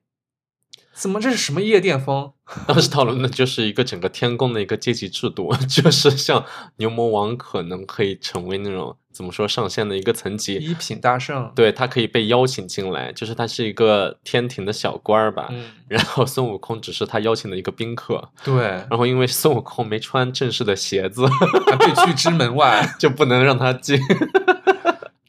S2: 怎么这是什么夜店风？
S1: 当时讨论的就是一个整个天宫的一个阶级制度， 就是像牛魔王可能可以成为那种怎么说上线的一个层级，
S2: 一品大圣，，
S1: 对他可以被邀请进来，就是他是一个天庭的小官儿吧。
S2: 嗯，
S1: 然后孙悟空只是他邀请的一个宾客，
S2: 对，
S1: 然后因为孙悟空没穿正式的鞋子，
S2: 还被拒之门外，
S1: 就不能让他进。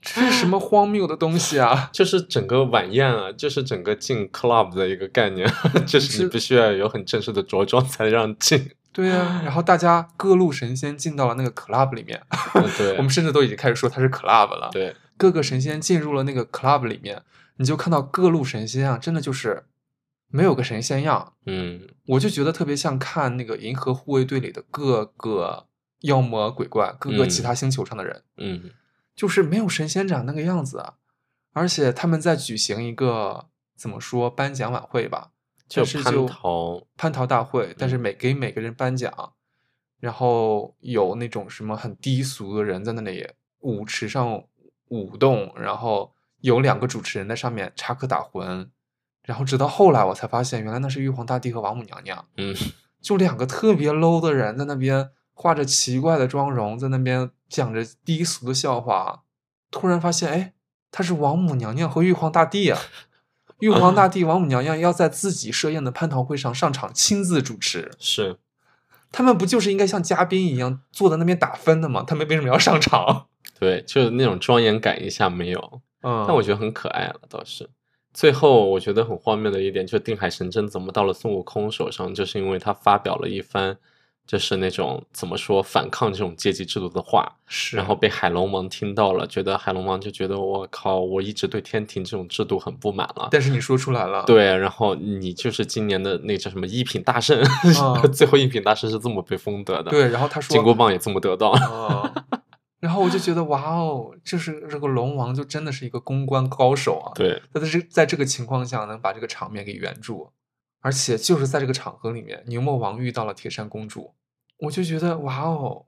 S2: 这是什么荒谬的东西啊！
S1: 就是整个晚宴啊，就是整个进 club 的一个概念， 就是
S2: 是
S1: 你必须要有很正式的着装才让进。
S2: 对呀、然后大家各路神仙进到了那个 club 里面，
S1: 对
S2: 我们甚至都已经开始说它是 club 了。
S1: 对，
S2: 各个神仙进入了那个 club 里面，你就看到各路神仙啊，真的就是没有个神仙样，
S1: 嗯
S2: 我就觉得特别像看那个《银河护卫队》里的各个妖魔鬼怪、各个
S1: 嗯
S2: 其他星球上的人，
S1: 嗯
S2: 就是没有神仙长那个样子啊。而且他们在举行一个怎么说颁奖晚会吧，
S1: 就
S2: 但是就
S1: 蟠桃嗯
S2: 蟠桃大会，但是每给每个人颁奖，然后有那种什么很低俗的人在那里舞池上舞动，然后有两个主持人在上面插科打诨，然后直到后来我才发现，原来那是玉皇大帝和王母娘娘，
S1: 嗯，
S2: 就两个特别 low 的人在那边画着奇怪的妆容，在那边讲着低俗的笑话，突然发现，哎，她是王母娘娘和玉皇大帝啊！玉皇大帝、王母娘娘要在自己设宴的蟠桃会上上场亲自主持，
S1: 是
S2: 他们不就是应该像嘉宾一样坐在那边打分的吗？他们为什么要上场？
S1: 对，就是那种庄严感一下没有，
S2: 嗯
S1: 但我觉得很可爱了，倒是。最后我觉得很荒谬的一点，就是定海神针怎么到了孙悟空手上，就是因为他发表了一番，就是那种怎么说反抗这种阶级制度的话，
S2: 是
S1: 然后被海龙王听到了，觉得海龙王就觉得我靠，我一直对天庭这种制度很不满了。
S2: 但是你说出来了，，
S1: 对，然后你就是今年的那叫什么一品大圣，
S2: 嗯
S1: 最后一品大圣是这么被封得的。
S2: 对然后他说
S1: 金箍棒也这么得 到。
S2: 嗯，然后我就觉得哇哦，这是这个龙王就真的是一个公关高手啊！
S1: 对，
S2: 那在这在这个情况下能把这个场面给圆住，而且就是在这个场合里面，牛魔王遇到了铁扇公主，我就觉得哇哦，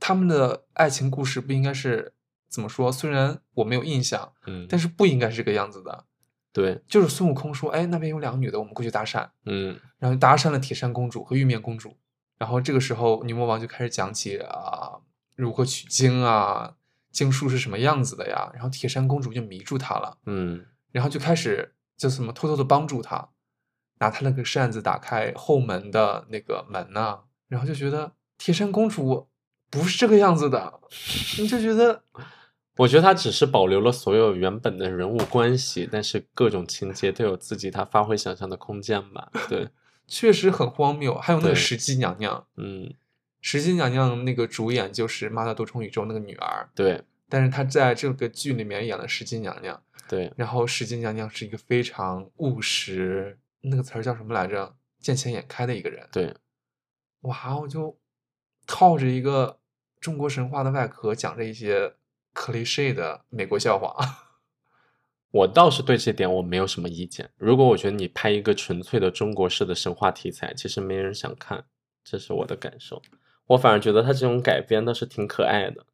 S2: 他们的爱情故事不应该是怎么说？虽然我没有印象，
S1: 嗯，
S2: 但是不应该是这个样子的。
S1: 对，
S2: 就是孙悟空说：“哎，那边有两个女的，我们过去搭讪。”
S1: 嗯
S2: 然后搭讪了铁扇公主和玉面公主。然后这个时候，牛魔王就开始讲起啊、如何取经啊，经书是什么样子的呀。然后铁扇公主就迷住他了，
S1: 嗯
S2: 然后就开始就什么偷偷的帮助他，拿他那个扇子打开后门的那个门呐、然后就觉得铁扇公主不是这个样子的，你就觉得
S1: 我觉得他只是保留了所有原本的人物关系，但是各种情节都有自己他发挥想象的空间吧。对，
S2: 确实很荒谬。还有那个
S1: 对
S2: 石矶娘娘，
S1: 嗯，
S2: 石矶娘娘那个主演就是《妈的多重宇宙》那个女儿，
S1: 对
S2: 但是她在这个剧里面演了石矶娘娘，
S1: 对，
S2: 然后石矶娘娘是一个非常务实，那个词儿叫什么来着？见钱眼开的一个人。
S1: 对，
S2: 哇，我就套着一个中国神话的外壳讲这一些 cliche 的美国笑话。
S1: 我倒是对这点我没有什么意见。如果我觉得你拍一个纯粹的中国式的神话题材，其实没人想看，这是我的感受。我反而觉得他这种改编倒是挺可爱的，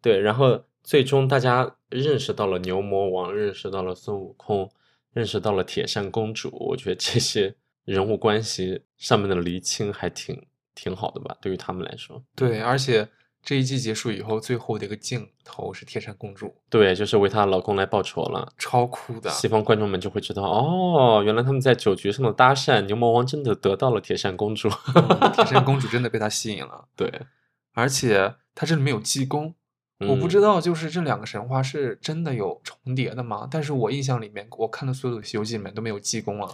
S1: 对。然后最终大家认识到了牛魔王，认识到了孙悟空，认识到了铁扇公主。我觉得这些人物关系上面的厘清还挺挺好的吧，对于他们来说。
S2: 对，而且这一季结束以后，最后的一个镜头是天山公主，
S1: 对，就是为她老公来报仇了。
S2: 超酷的。
S1: 西方观众们就会知道，哦，原来他们在酒局上的搭讪，牛魔王真的得到了铁扇公 主。
S2: 嗯天山公主真的被他吸引了，
S1: 对，
S2: 而且他这里面有济公，我不
S1: 嗯
S2: 知道就是这两个神话是真的有重叠的吗？但是我印象里面，我看的所有的《西游记》里面都没有济公啊，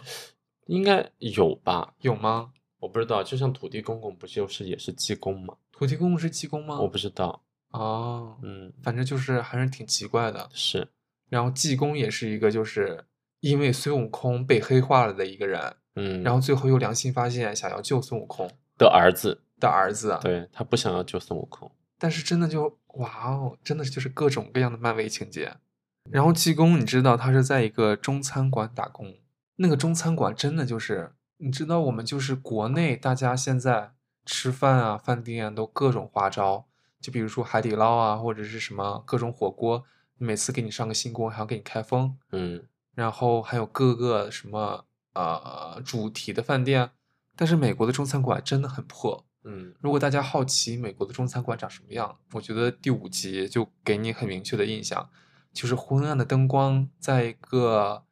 S1: 应该有吧？
S2: 有吗？
S1: 我不知道，就像土地公公不就是也是济公吗？
S2: 土地公公是济公吗？
S1: 我不知道，
S2: 哦，
S1: 嗯，
S2: 反正就是还是挺奇怪的。
S1: 是，
S2: 然后济公也是一个就是因为孙悟空被黑化了的一个人，
S1: 嗯，
S2: 然后最后又良心发现想要救孙悟空
S1: 的儿子，
S2: 的儿子，
S1: 对他不想要救孙悟空，
S2: 但是真的就哇哦，真的是就是各种各样的漫威情节。然后济公，你知道他是在一个中餐馆打工，那个中餐馆真的就是，你知道我们就是国内大家现在吃饭啊，饭店啊都各种花招，就比如说海底捞啊，或者是什么各种火锅，每次给你上个新锅，还要给你开封，
S1: 嗯，
S2: 然后还有各个什么呃主题的饭店，但是美国的中餐馆真的很破，
S1: 嗯，
S2: 如果大家好奇美国的中餐馆长什么样，我觉得第五集就给你很明确的印象，就是昏暗的灯光，在一个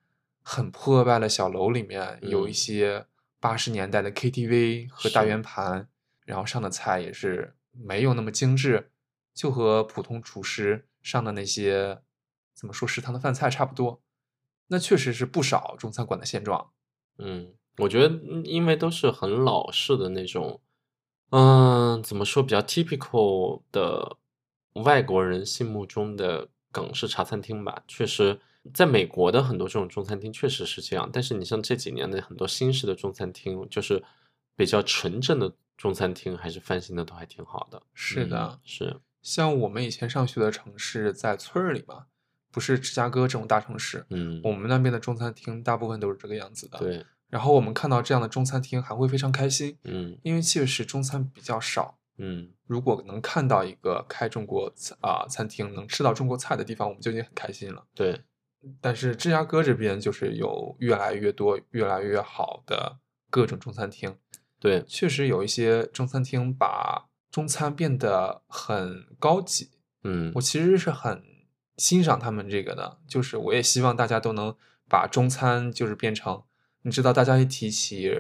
S2: 很破败的小楼里面，有一
S1: 嗯
S2: 些八十年代的 KTV 和大
S1: 是
S2: 圆盘，然后上的菜也是没有那么精致，就和普通厨师上的那些怎么说食堂的饭菜差不多。那确实是不少中餐馆的现状。
S1: 嗯，我觉得嗯因为都是很老式的那种，嗯，怎么说比较 typical 的外国人心目中的港式茶餐厅吧。确实，在美国的很多这种中餐厅确实是这样，但是你像这几年的很多新式的中餐厅，就是比较纯正的中餐厅，还是翻新的都还挺好的。
S2: 是的，
S1: 嗯是，
S2: 像我们以前上学的城市在村儿里嘛，不是芝加哥这种大城市，
S1: 嗯，
S2: 我们那边的中餐厅大部分都是这个样子的。，
S1: 对，
S2: 然后我们看到这样的中餐厅还会非常开心，
S1: 嗯
S2: 因为确实中餐比较少。
S1: 嗯，
S2: 如果能看到一个开中国菜啊、餐厅能吃到中国菜的地方，我们就已经很开心了。
S1: 对，
S2: 但是芝加哥这边就是有越来越多、越来越好的各种中餐厅，
S1: 对，
S2: 确实有一些中餐厅把中餐变得很高级，
S1: 嗯
S2: 我，其实是很欣赏他们这个的，就是我也希望大家都能把中餐就是变成，你知道，大家一提起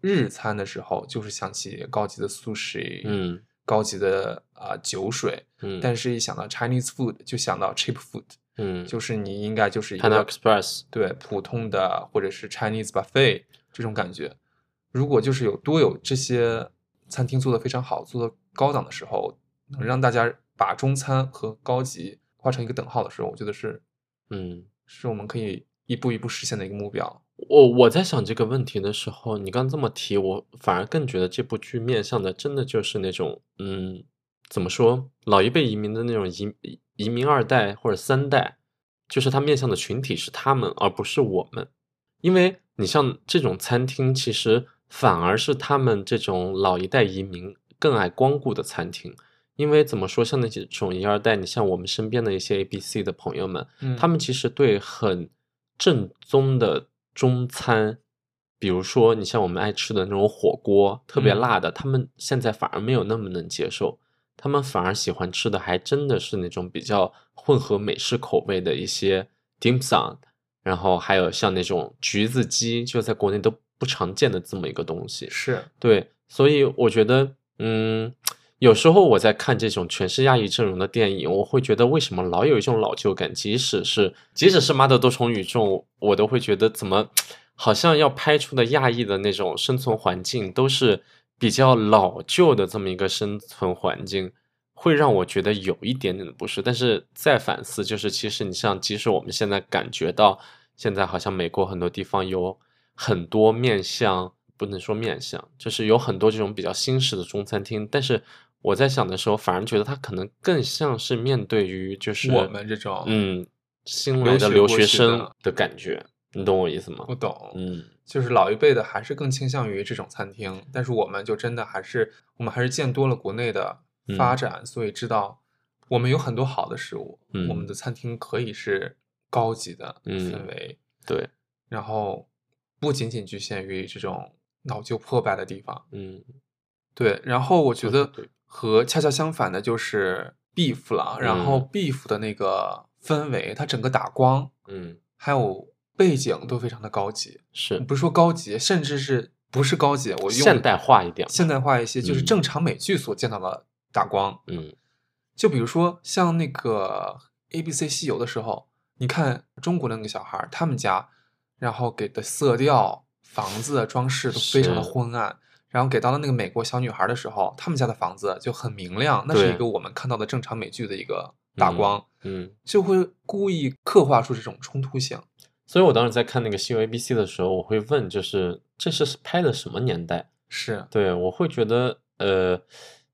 S2: 日餐的时候，就是想起高级的素食，，
S1: 嗯
S2: 高级的啊、酒水，
S1: 嗯，
S2: 但是一想到 Chinese food 就想到 cheap food，
S1: 嗯
S2: 就是你应该就是一
S1: ，Panda
S2: 个
S1: Express，
S2: 对普通的或者是 Chinese buffet 这种感觉。如果就是有多有这些餐厅做的非常好，做的高档的时候，能让大家把中餐和高级画成一个等号的时候，我觉得是
S1: 嗯。
S2: 是我们可以一步一步实现的一个目标。
S1: 我我在想这个问题的时候，你刚这么提，我反而更觉得这部剧面向的真的就是那种，嗯，怎么说，老一辈移民的那种移移移民二代或者三代，就是他面向的群体是他们，而不是我们。因为你像这种餐厅，其实反而是他们这种老一代移民更爱光顾的餐厅。因为怎么说，像那几种一二代，你像我们身边的一些 A、B、C 的朋友们，
S2: 嗯
S1: 他们其实对很正宗的中餐，比如说你像我们爱吃的那种火锅，特别
S2: 嗯
S1: 辣的，他们现在反而没有那么能接受，他们反而喜欢吃的还真的是那种比较混合美式口味的一些 dim sum，然后还有像那种橘子鸡，就在国内都不常见的这么一个东西。
S2: 是
S1: 对，所以我觉得，嗯，有时候我在看这种全是亚裔阵容的电影，我会觉得为什么老有一种老旧感，即使是即使是《妈的多重宇宙》，我都会觉得怎么好像要拍出的亚裔的那种生存环境都是比较老旧的这么一个生存环境。会让我觉得有一点点的不适，但是再反思，就是其实你像，即使我们现在感觉到现在好像美国很多地方有很多面向，不能说面向，就是有很多这种比较新式的中餐厅。但是我在想的时候，反而觉得它可能更像是面对于就是
S2: 我们这种，，
S1: 嗯新
S2: 留
S1: 来的
S2: 学
S1: 留
S2: 过
S1: 学
S2: 去
S1: 生
S2: 的
S1: 的感觉，你懂我意思吗
S2: 我？懂，
S1: 嗯，
S2: 就是老一辈的还是更倾向于这种餐厅，但是我们就真的还是我们还是见多了国内的发
S1: 嗯
S2: 展，所以知道我们有很多好的食物，我们
S1: 嗯
S2: 的餐厅可以是高级的氛
S1: 嗯
S2: 围，
S1: 对，
S2: 然后不仅仅局限于这种老旧破败的地方。
S1: 嗯
S2: 对，然后我觉
S1: 说得
S2: 得
S1: 对
S2: 和恰恰相反的就是 Beef 了，然后
S1: 嗯
S2: Beef 的那个氛围，它整个打光
S1: 嗯，
S2: 还有背景都非常的高级，
S1: 是
S2: 不是说高级，甚至是不是高级，我用
S1: 现代化一点，
S2: 现代化一些，就是
S1: 嗯
S2: 正常美剧所见到的打光。
S1: 嗯
S2: 就比如说像那个 A B C 西游的时候，你看中国的那个小孩儿，他们家，然后给的色调、房子的装饰都非常的
S1: 是
S2: 昏暗。然后给到了那个美国小女孩的时候，他们家的房子就很明亮，那是
S1: 对
S2: 一个我们看到的正常美剧的一个打
S1: 嗯
S2: 光，
S1: 嗯。
S2: 就会故意刻画出这种冲突性。
S1: 所以我当时在看那个《西游 ABC》的时候，我会问，就是这是拍的什么年代？
S2: 是，
S1: 对，我会觉得，呃，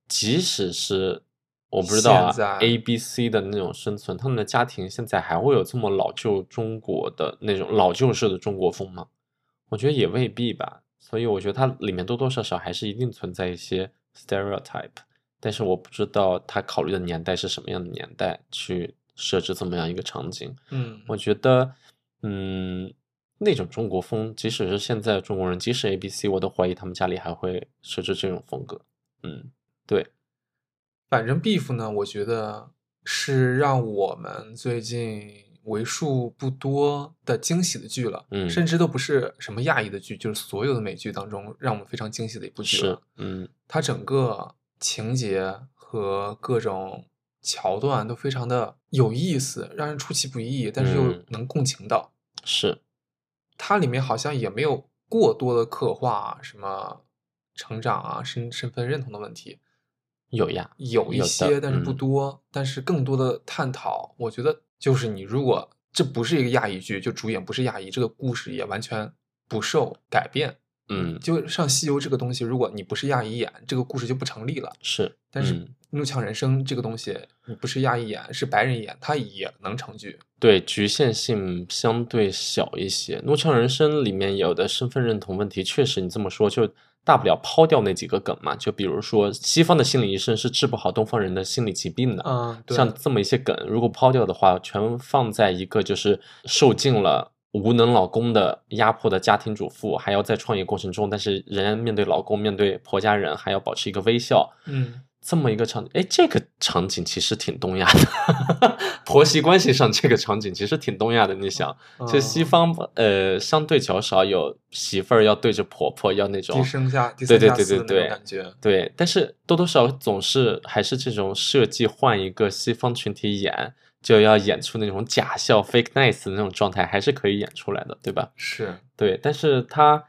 S1: 即使是我不知道
S2: 现
S1: 啊
S2: 在
S1: ，A、B、C 的那种生存，他们的家庭现在还会有这么老旧中国的那种老旧式的中国风吗？我觉得也未必吧。所以我觉得它里面多多少少还是一定存在一些 stereotype，但是我不知道他考虑的年代是什么样的年代去设置这么样一个场景。
S2: 嗯，
S1: 我觉得，嗯，那种中国风，即使是现在中国人，即使 A B C，我都怀疑他们家里还会设置这种风格。嗯，对，
S2: 反正 beef 呢，我觉得是让我们最近为数不多的惊喜的剧了，
S1: 嗯
S2: 甚至都不是什么亚裔的剧，就是所有的美剧当中让我们非常惊喜的一部剧
S1: 是
S2: 了。，
S1: 嗯
S2: 它整个情节和各种桥段都非常的有意思，让人出其不意，但是又
S1: 嗯
S2: 能共情到。
S1: 是，
S2: 它里面好像也没有过多的刻画什么成长啊、身身份认同的问题，
S1: 有呀，
S2: 有一
S1: 有的
S2: 些，但是不
S1: 嗯
S2: 多，但是更多的探讨，我觉得就是你如果这不是一个亚裔剧，就主演不是亚裔，这个故事也完全不受改变。
S1: 嗯
S2: 就像《西游》这个东西，如果你不是亚裔演，这个故事就不成立了。
S1: 是，
S2: 但是《
S1: 嗯、
S2: 怒呛人生》这个东西，你不是亚裔演，是白人演，它也能成剧。
S1: 对局限性相对小一些。《怒呛人生》里面有的身份认同问题，确实你这么说就。大不了抛掉那几个梗嘛，就比如说西方的心理医生是治不好东方人的心理疾病的，
S2: 嗯，
S1: 啊
S2: 对，
S1: 像这么一些梗，如果抛掉的话，全放在一个就是受尽了无能老公的压迫的家庭主妇，还要在创业过程中，但是仍然面对老公、面对婆家人，还要保持一个微笑，
S2: 嗯，
S1: 这么一个场景，哎，这个场景其实挺东亚的， 婆媳关系上这个场景其实挺东亚的。你想，其实西
S2: 嗯
S1: 方呃相对较少有媳妇儿要对着婆婆要那种
S2: 低声下低
S1: 对
S2: 三
S1: 对
S2: 下
S1: 对对
S2: 四的那种
S1: 对
S2: 感觉，
S1: 对，但是多多少少总是还是这种设计换一个西方群体演，就要演出那种假笑 fake nice 的那种状态，还是可以演出来的，对吧？
S2: 是
S1: 对，但是他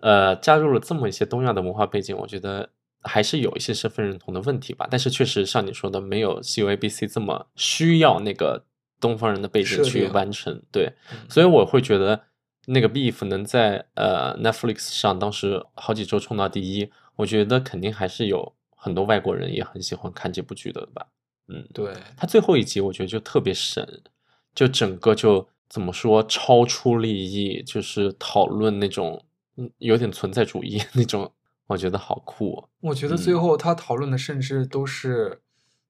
S1: 呃加入了这么一些东亚的文化背景，我觉得还是有一些身份认同的问题吧。但是确实像你说的，没有 C U A B C 这么需要那个东方人的背景
S2: 设
S1: 去
S2: 定
S1: 完成，对。
S2: 嗯
S1: 所以我会觉得那个 Beef 能在呃 Netflix 上当时好几周冲到第一，我觉得肯定还是有很多外国人也很喜欢看这部剧的吧。嗯，
S2: 对，
S1: 它最后一集我觉得就特别神，就整个就怎么说超出利益，就是讨论那种嗯有点存在主义那种，我觉得好酷、哦。
S2: 我觉得最
S1: 嗯
S2: 后他讨论的甚至都是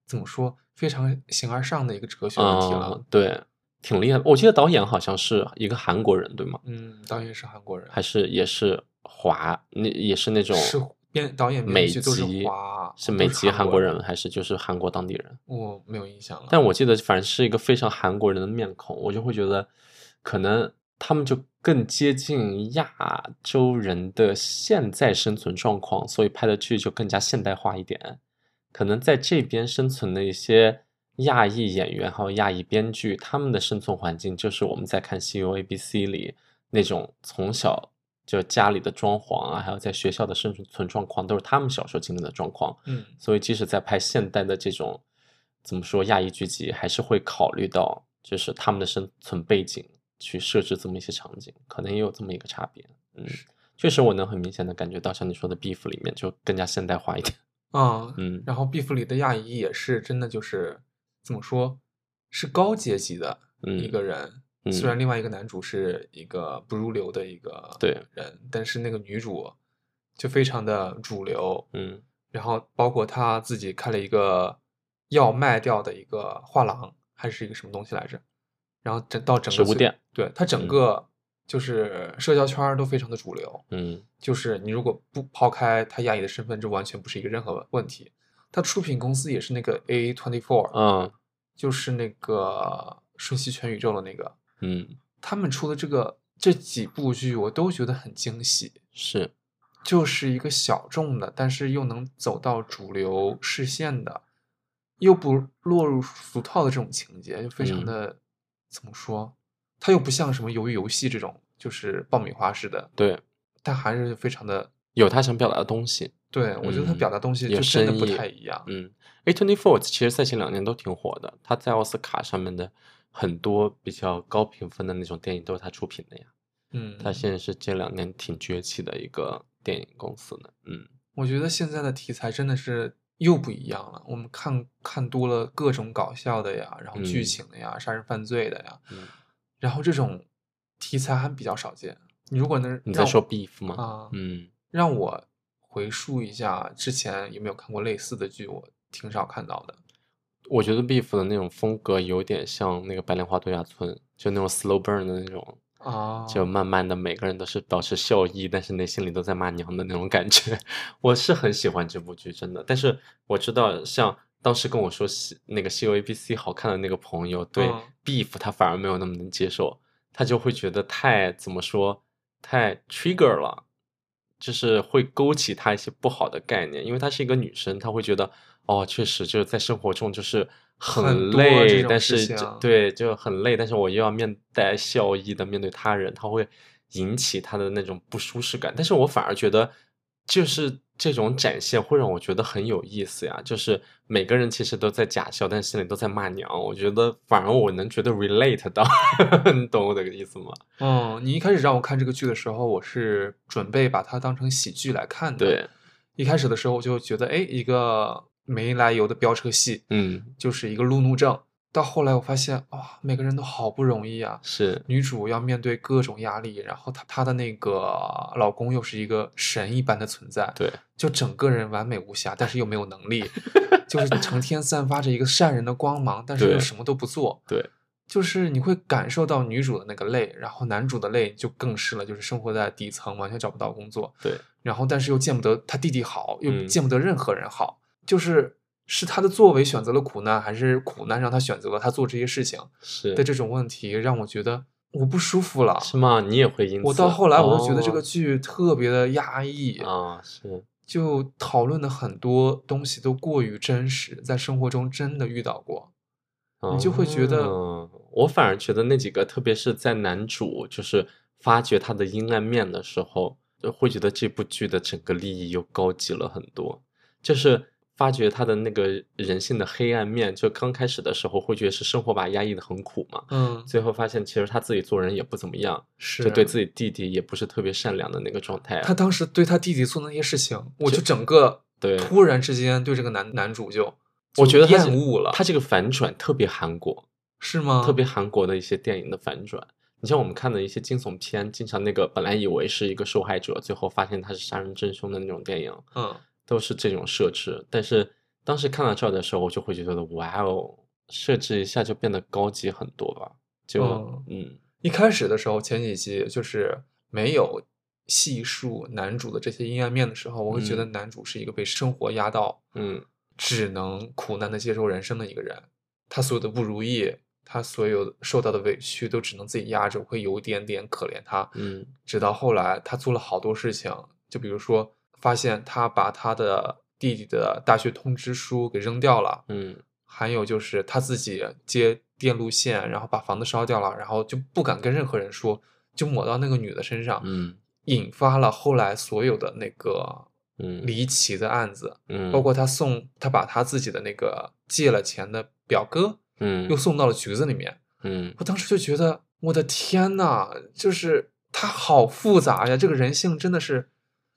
S2: 怎么说非常形而上的一个哲学问题了
S1: 嗯。，对，挺厉害的。我记得导演好像是一个韩国人，对吗？
S2: 嗯，导演是韩国人，
S1: 还是也是华，那也是那种
S2: 是编导演
S1: 美
S2: 编
S1: 籍
S2: 剧都是华，
S1: 是
S2: 都
S1: 美籍韩
S2: 韩
S1: 国
S2: 人，
S1: 人还是就是韩国当地人？
S2: 我没有印象了。
S1: 但我记得反正是一个非常韩国人的面孔，我就会觉得可能他们就更接近亚洲人的现在生存状况，所以拍的剧就更加现代化一点。可能在这边生存的一些亚裔演员还有亚裔编剧，他们的生存环境就是我们在看《西游 A B C》里那种从小就家里的装潢啊，还有在学校的生存状况，都是他们小时候经历的状况。
S2: 嗯，
S1: 所以即使在拍现代的这种怎么说亚裔剧集，还是会考虑到就是他们的生存背景去设置这么一些场景，可能也有这么一个差别。嗯，确实我能很明显的感觉到，像你说的《Beef》里面就更加现代化一点。
S2: 啊、
S1: 嗯，
S2: 然后毕福里的亚裔也是真的就是怎么说，是高阶级的一
S1: 嗯
S2: 个人。
S1: 嗯
S2: 虽然另外一个男主是一个不入流的一个
S1: 对
S2: 人，但是那个女主就非常的主流，
S1: 嗯
S2: 然后包括他自己开了一个要卖掉的一个画廊，还是一个什么东西来着？然后整到整个
S1: 食物
S2: 最
S1: 店，
S2: 对他整
S1: 嗯
S2: 个就是社交圈儿都非常的主流，
S1: 嗯
S2: 就是你如果不抛开他亚裔的身份，这完全不是一个任何问题。它出品公司也是那个 A Twenty Four，
S1: 嗯
S2: 就是那个瞬息全宇宙的那个，
S1: 嗯，
S2: 他们出的这个这几部剧我都觉得很惊喜，
S1: 是，
S2: 就是一个小众的，但是又能走到主流视线的，又不落入俗套的这种情节，就非常
S1: 嗯
S2: 的、怎么说？它又不像什么《鱿鱼游戏》这种就是爆米花式的，
S1: 对，
S2: 但还是非常的
S1: 有他想表达的东西。
S2: 对我觉得它
S1: 嗯
S2: 表达东西
S1: 有
S2: 就真的
S1: 深
S2: 不
S1: 意
S2: 太一样。
S1: 嗯，A Twenty Four 其实在前两年都挺火的，他在奥斯卡上面的很多比较高评分的那种电影都是他出品的呀。
S2: 嗯，
S1: 他现在是这两年挺崛起的一个电影公司呢。嗯
S2: 我觉得现在的题材真的是又不一样了。我们看看多了各种搞笑的呀，然后剧
S1: 嗯
S2: 情的呀，杀人犯罪的呀，
S1: 嗯，
S2: 然后这种题材还比较少见。你如果能
S1: 你
S2: 让
S1: 在
S2: 我
S1: 说 Beef 吗？
S2: 啊，
S1: 嗯
S2: 让我回溯一下之前有没有看过类似的剧，我挺少看到的。
S1: 我觉得 Beef 的那种风格有点像那个《白莲花度假村》，就那种 slow burn 的那种，
S2: 啊，
S1: 就慢慢的每个人都是保持笑意，但是内心里都在骂娘的那种感觉。 我是很喜欢这部剧，真的。但是我知道，像当时跟我说西那个《西游 A B C》好看的那个朋友，对
S2: 嗯
S1: Beef 他反而没有那么能接受，他就会觉得太怎么说，太 trigger 了。就是会勾起他一些不好的概念，因为她是一个女生，她会觉得哦，确实就是在生活中就是
S2: 很
S1: 很
S2: 多这
S1: 累，
S2: 种
S1: 但
S2: 事
S1: 是
S2: 情
S1: 这
S2: 啊
S1: 对就很累，但是我又要面带笑意的面对他人，他会引起他的那种不舒适感。但是我反而觉得，就是这种展现会让我觉得很有意思呀。就是每个人其实都在假笑，但心里都在骂娘。我觉得反而我能觉得 relate 到，你懂我的意思吗？
S2: 嗯，你一开始让我看这个剧的时候，我是准备把它当成喜剧来看的。
S1: 对，
S2: 一开始的时候我就觉得，哎，一个没来由的飙车戏，
S1: 嗯，
S2: 就是一个路怒症。到后来我发现，哇、每个人都好不容易啊，
S1: 是，
S2: 女主要面对各种压力，然后她她的那个老公又是一个神一般的存在，
S1: 对，
S2: 就整个人完美无瑕，但是又没有 能力，就是成天散发着一个善人的光芒，但是又
S1: 对
S2: 什么都不做。
S1: 对，
S2: 就是你会感受到女主的那个累，然后男主的累就更是了，就是生活在底层，完全找不到工作。
S1: 对，
S2: 然后但是又见不得他弟弟好，又
S1: 嗯
S2: 见不得任何人好，就是是他的作为选择了苦难，还是苦难让他选择了他做这些事情
S1: 是
S2: 的这种问题，让我觉得我不舒服了。
S1: 是吗？你也会因此？
S2: 我到后来我就觉得这
S1: 哦
S2: 个剧特别的压抑，
S1: 啊，是，
S2: 就讨论的很多东西都过于真实，在生活中真的遇到过。你就会觉得
S1: 嗯，哦我反而觉得那几个，特别是在男主就是发掘他的阴暗面的时候，就会觉得这部剧的整个利益又高级了很多。就是发掘他的那个人性的黑暗面，就刚开始的时候会觉得是生活把他压抑的很苦嘛，
S2: 嗯，
S1: 最后发现其实他自己做人也不怎么样，
S2: 是啊
S1: 就对自己弟弟也不是特别善良的那个状态啊。
S2: 他当时对他弟弟做那些事情，我就整个
S1: 对，
S2: 突然之间对这个男男主就
S1: 我
S2: 就
S1: 觉得他
S2: 厌
S1: 这
S2: 恶了，
S1: 他这个反转特别韩国。
S2: 是吗？
S1: 特别韩国的一些电影的反转。你像我们看的一些惊悚片，经常那个本来以为是一个受害者，最后发现他是杀人真凶的那种电影，
S2: 嗯，
S1: 都是这种设置。但是当时看到这儿的时候，我就会觉得，哇哦，设置一下就变得高级很多吧？就
S2: 嗯
S1: 嗯
S2: 一开始的时候，前几集就是没有细述男主的这些阴暗面的时候，我会觉得男主是一个被生活压到，
S1: 嗯，
S2: 只能苦难的接受人生的一个人。他所有的不如意，他所有受到的委屈，都只能自己压着，我会有一点点可怜他。
S1: 嗯，
S2: 直到后来，他做了好多事情，就比如说发现他把他的弟弟的大学通知书给扔掉了，
S1: 嗯
S2: 还有就是他自己接电路线，然后把房子烧掉了，然后就不敢跟任何人说，就抹到那个女的身上，
S1: 嗯
S2: 引发了后来所有的那个
S1: 嗯
S2: 离奇的案子，
S1: 嗯，
S2: 包括他送他把他自己的那个借了钱的表哥
S1: 嗯
S2: 又送到了局子里面，
S1: 嗯
S2: 我当时就觉得我的天呐，就是他好复杂呀，这个人性真的是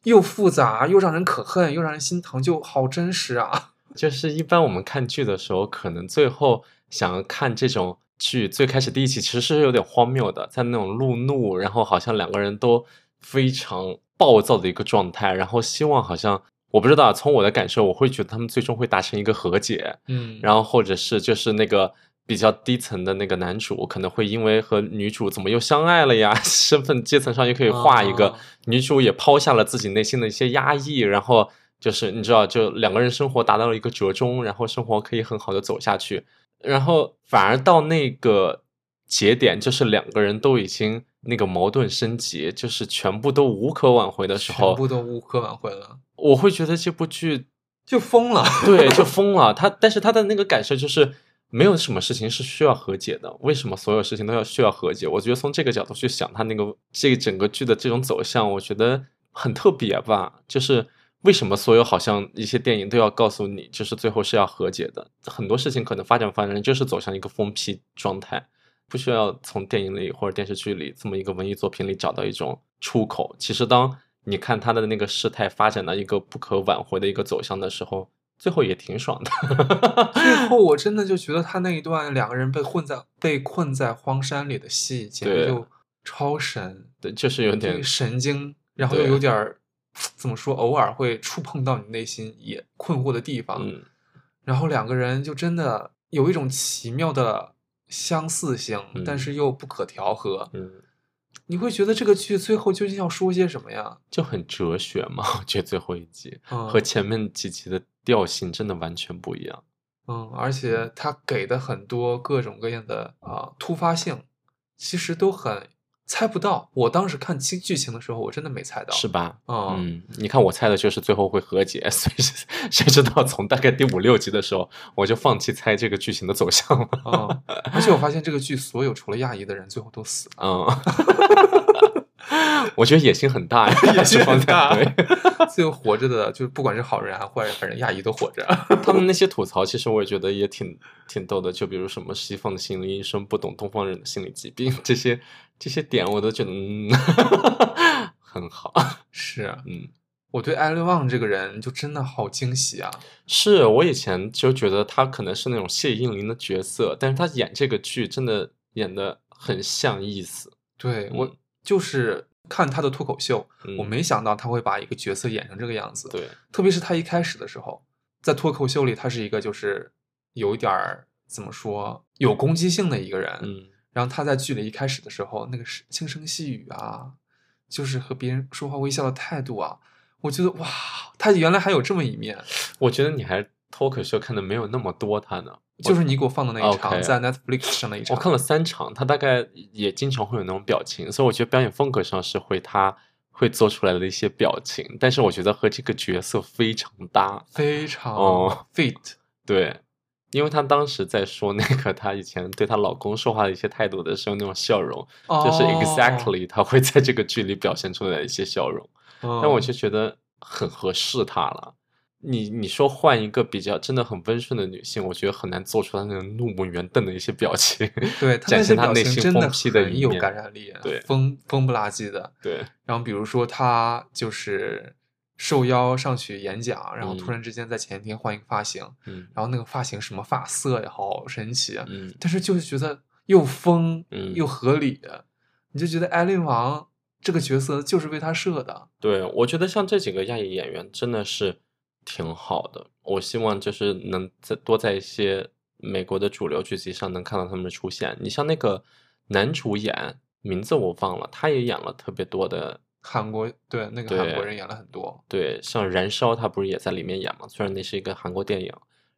S2: 又复杂又让人可恨又让人心疼，就好真 实啊，
S1: 就是一般我们看剧的时候，可能最后想要看这种剧，最开始第一集其实是有点荒谬的，在那种路怒，然后好像两个人都非常暴躁的一个状态，然后希望好像我不知道，从我的感受，我会觉得他们最终会达成一个和解，
S2: 嗯
S1: 然后或者是就是那个。比较低层的那个男主可能会因为和女主怎么又相爱了呀， 身份阶层上又可以画一个
S2: 啊
S1: 女主也抛下了自己内心的一些压抑，然后就是你知道，就两个人生活达到了一个折中，然后生活可以很好的走下去。然后反而到那个节点，就是两个人都已经那个矛盾升级，就是全部都无可挽回的时
S2: 全
S1: 候，
S2: 部都无可挽回了，
S1: 我会觉得这部剧
S2: 就疯了。
S1: 对就疯了。他但是他的那个感受就是。没有什么事情是需要和解的，为什么所有事情都要需要和解？我觉得从这个角度去想，他那个这个整个剧的这种走向，我觉得很特别吧。就是为什么所有好像一些电影都要告诉你，就是最后是要和解的，很多事情可能发展发展就是走向一个封批状态。不需要从电影里或者电视剧里这么一个文艺作品里找到一种出口。其实，当你看他的那个事态发展到一个不可挽回的一个走向的时候，最后也挺爽的。
S2: 最后我真的就觉得他那一段两个人被混在被困在荒山里的戏，简
S1: 对
S2: 直就超神，
S1: 对，就是有
S2: 这
S1: 点
S2: 个神经，然后又
S1: 对
S2: 有点儿怎么说，偶尔会触碰到你内心也困惑的地方。
S1: 嗯，
S2: 然后两个人就真的有一种奇妙的相似性，
S1: 嗯
S2: 但是又不可调和。
S1: 嗯，
S2: 你会觉得这个剧最后究竟要说些什么呀？
S1: 就很哲学嘛。我觉得最后一集
S2: 嗯，
S1: 和前面几集的调性真的完全不一样。
S2: 嗯，而且他给的很多各种各样的啊、突发性，其实都很猜不到。我当时看清剧情的时候，我真的没猜到。
S1: 是吧？
S2: 嗯，
S1: 嗯，你看我猜的就是最后会和解， 所以是谁知道从大概第五六集的时候，我就放弃猜这个剧情的走向了。
S2: 嗯，而且我发现这个剧所有除了亚裔的人最后都死了，
S1: 嗯，我觉得野心很大 呀，
S2: 野心
S1: 这方
S2: 很大
S1: 面对
S2: 最后活着的就是不管是好人还是坏人，反正亚裔都活着。
S1: 他们那些吐槽，其实我也觉得也挺挺逗的。就比如什么西方的心理医生不懂东方人的心理疾病， 这些这些点我都觉得嗯 很好。
S2: 是啊
S1: 嗯，
S2: 我对艾利旺这个人就真的好惊喜啊！
S1: 是我以前就觉得他可能是那种谢依霖的角色，但是他演这个剧真的演的很像意思。
S2: 对我
S1: 嗯
S2: 就是看他的脱口秀，
S1: 嗯
S2: 我没想到他会把一个角色演成这个样子。
S1: 对，
S2: 特别是他一开始的时候，在脱口秀里，他是一个就是有一点儿怎么说有攻击性的一个人。
S1: 嗯，
S2: 然后他在剧里一开始的时候，那个是轻声细语啊，就是和别人说话微笑的态度啊，我觉得哇，他原来还有这么一面。
S1: 我觉得你还脱口秀看的没有那么多他呢。
S2: 就是你给我放的那一场
S1: OK
S2: 在 Netflix 上的一场
S1: 我，看了三场，他大概也经常会有那种表情，所以我觉得表演风格上是会他会做出来的一些表情，但是我觉得和这个角色非常搭。
S2: 非常
S1: 哦
S2: fit，
S1: 对，因为她当时在说那个她以前对她老公说话的一些态度的时候，那种笑容，就是
S2: 哦
S1: exactly 她会在这个剧里表现出来的一些笑容，
S2: 嗯
S1: 但我就觉得很合适她了。你你说换一个比较真的很温顺的女性，我觉得很难做出她那种怒目圆瞪的一些表情。
S2: 对他
S1: 展
S2: 那些
S1: 现他
S2: 表
S1: 内
S2: 情
S1: 心
S2: 真的
S1: 疯批的
S2: 很
S1: 一
S2: 有
S1: 面
S2: 感染力，
S1: 对
S2: 疯疯不拉几的。
S1: 对，
S2: 然后比如说他就是受邀上去演讲，然后突
S1: 嗯
S2: 然之间在前一天换一个发型，
S1: 嗯
S2: 然后那个发型什么发色也好神奇啊，
S1: 嗯，
S2: 但是就是觉得又疯
S1: 嗯
S2: 又合理，你就觉得艾琳王这个角色就是为他设的。
S1: 对，我觉得像这几个亚裔演员真的是挺好的，我希望就是能在多在一些美国的主流剧集上能看到他们的出现。你像那个男主演名字我忘了，他也演了特别多的，
S2: 韩国对那个韩国
S1: 对
S2: 人演了很多，
S1: 对，像《燃烧》他不是也在里面演吗？虽然那是一个韩国电影，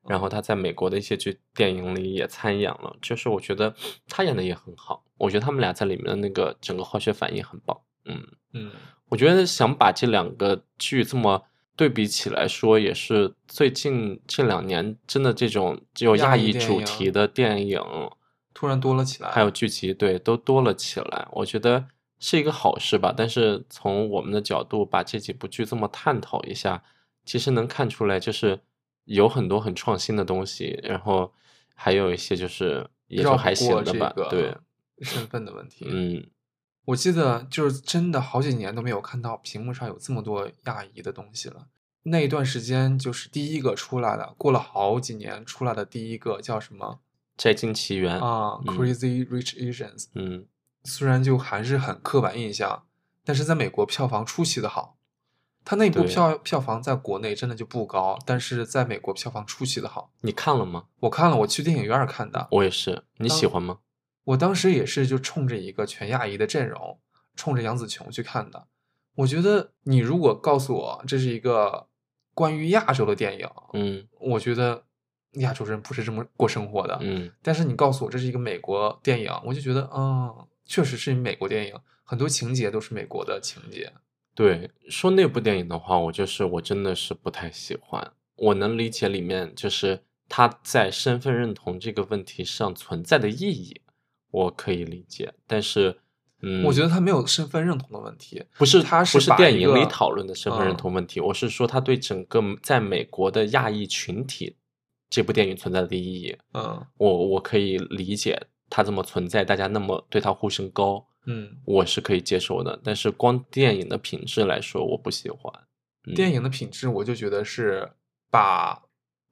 S1: 然后他在美国的一些剧电影里也参演了，就是我觉得他演的也很好，我觉得他们俩在里面的那个整个化学反应很棒，嗯。
S2: 嗯，
S1: 我觉得想把这两个剧这么对比起来说，也是最近这两年真的这种只有
S2: 亚
S1: 亚
S2: 裔
S1: 裔
S2: 电
S1: 主
S2: 影
S1: 题的电影，
S2: 突然多了起来，
S1: 还有剧集，对，都多了起来。我觉得是一个好事吧。但是从我们的角度把这几部剧这么探讨一下，其实能看出来，就是有很多很创新的东西，然后还有一些就是也
S2: 绕
S1: 就
S2: 不
S1: 还行
S2: 过
S1: 的
S2: 这
S1: 吧。
S2: 个
S1: 对，
S2: 身份的问题，
S1: 嗯，
S2: 我记得就是真的好几年都没有看到屏幕上有这么多亚裔的东西了。那一段时间就是第一个出来的，过了好几年出来的第一个叫什么
S1: 《摘金奇缘》
S2: 啊、c r a z y Rich Asians，
S1: 嗯，
S2: 虽然就还是很刻板印象，但是在美国票房出奇的好。它那部
S1: 对
S2: 票票房在国内真的就不高，但是在美国票房出奇的好。
S1: 你看了吗？
S2: 我看了，我去电影院儿看的，
S1: 我也是，你喜
S2: 当
S1: 欢吗？
S2: 我当时也是就冲着一个全亚裔的阵容，冲着杨紫琼去看的。我觉得你如果告诉我这是一个关于亚洲的电影，
S1: 嗯
S2: 我觉得亚洲人不是这么过生活的。
S1: 嗯
S2: 但是你告诉我这是一个美国电影，我就觉得啊、确实是美国电影，很多情节都是美国的情节。
S1: 对，说那部电影的话，我就是我真的是不太喜欢。我能理解里面就是他在身份认同这个问题上存在的意义，我可以理解。但是，嗯，
S2: 我觉得他没有身份认同的问题，
S1: 不是
S2: 他
S1: 不
S2: 是
S1: 是
S2: 把
S1: 电
S2: 一
S1: 影里
S2: 个嗯
S1: 讨论的身份认同问题，我是说他对整个在美国的亚裔群体这部电影存在的意义，
S2: 嗯
S1: 我我可以理解他这么存在，大家那么对他呼声高，
S2: 嗯，
S1: 我是可以接受的。但是光电影的品质来说，我不喜欢。嗯
S2: 电影的品质我就觉得是把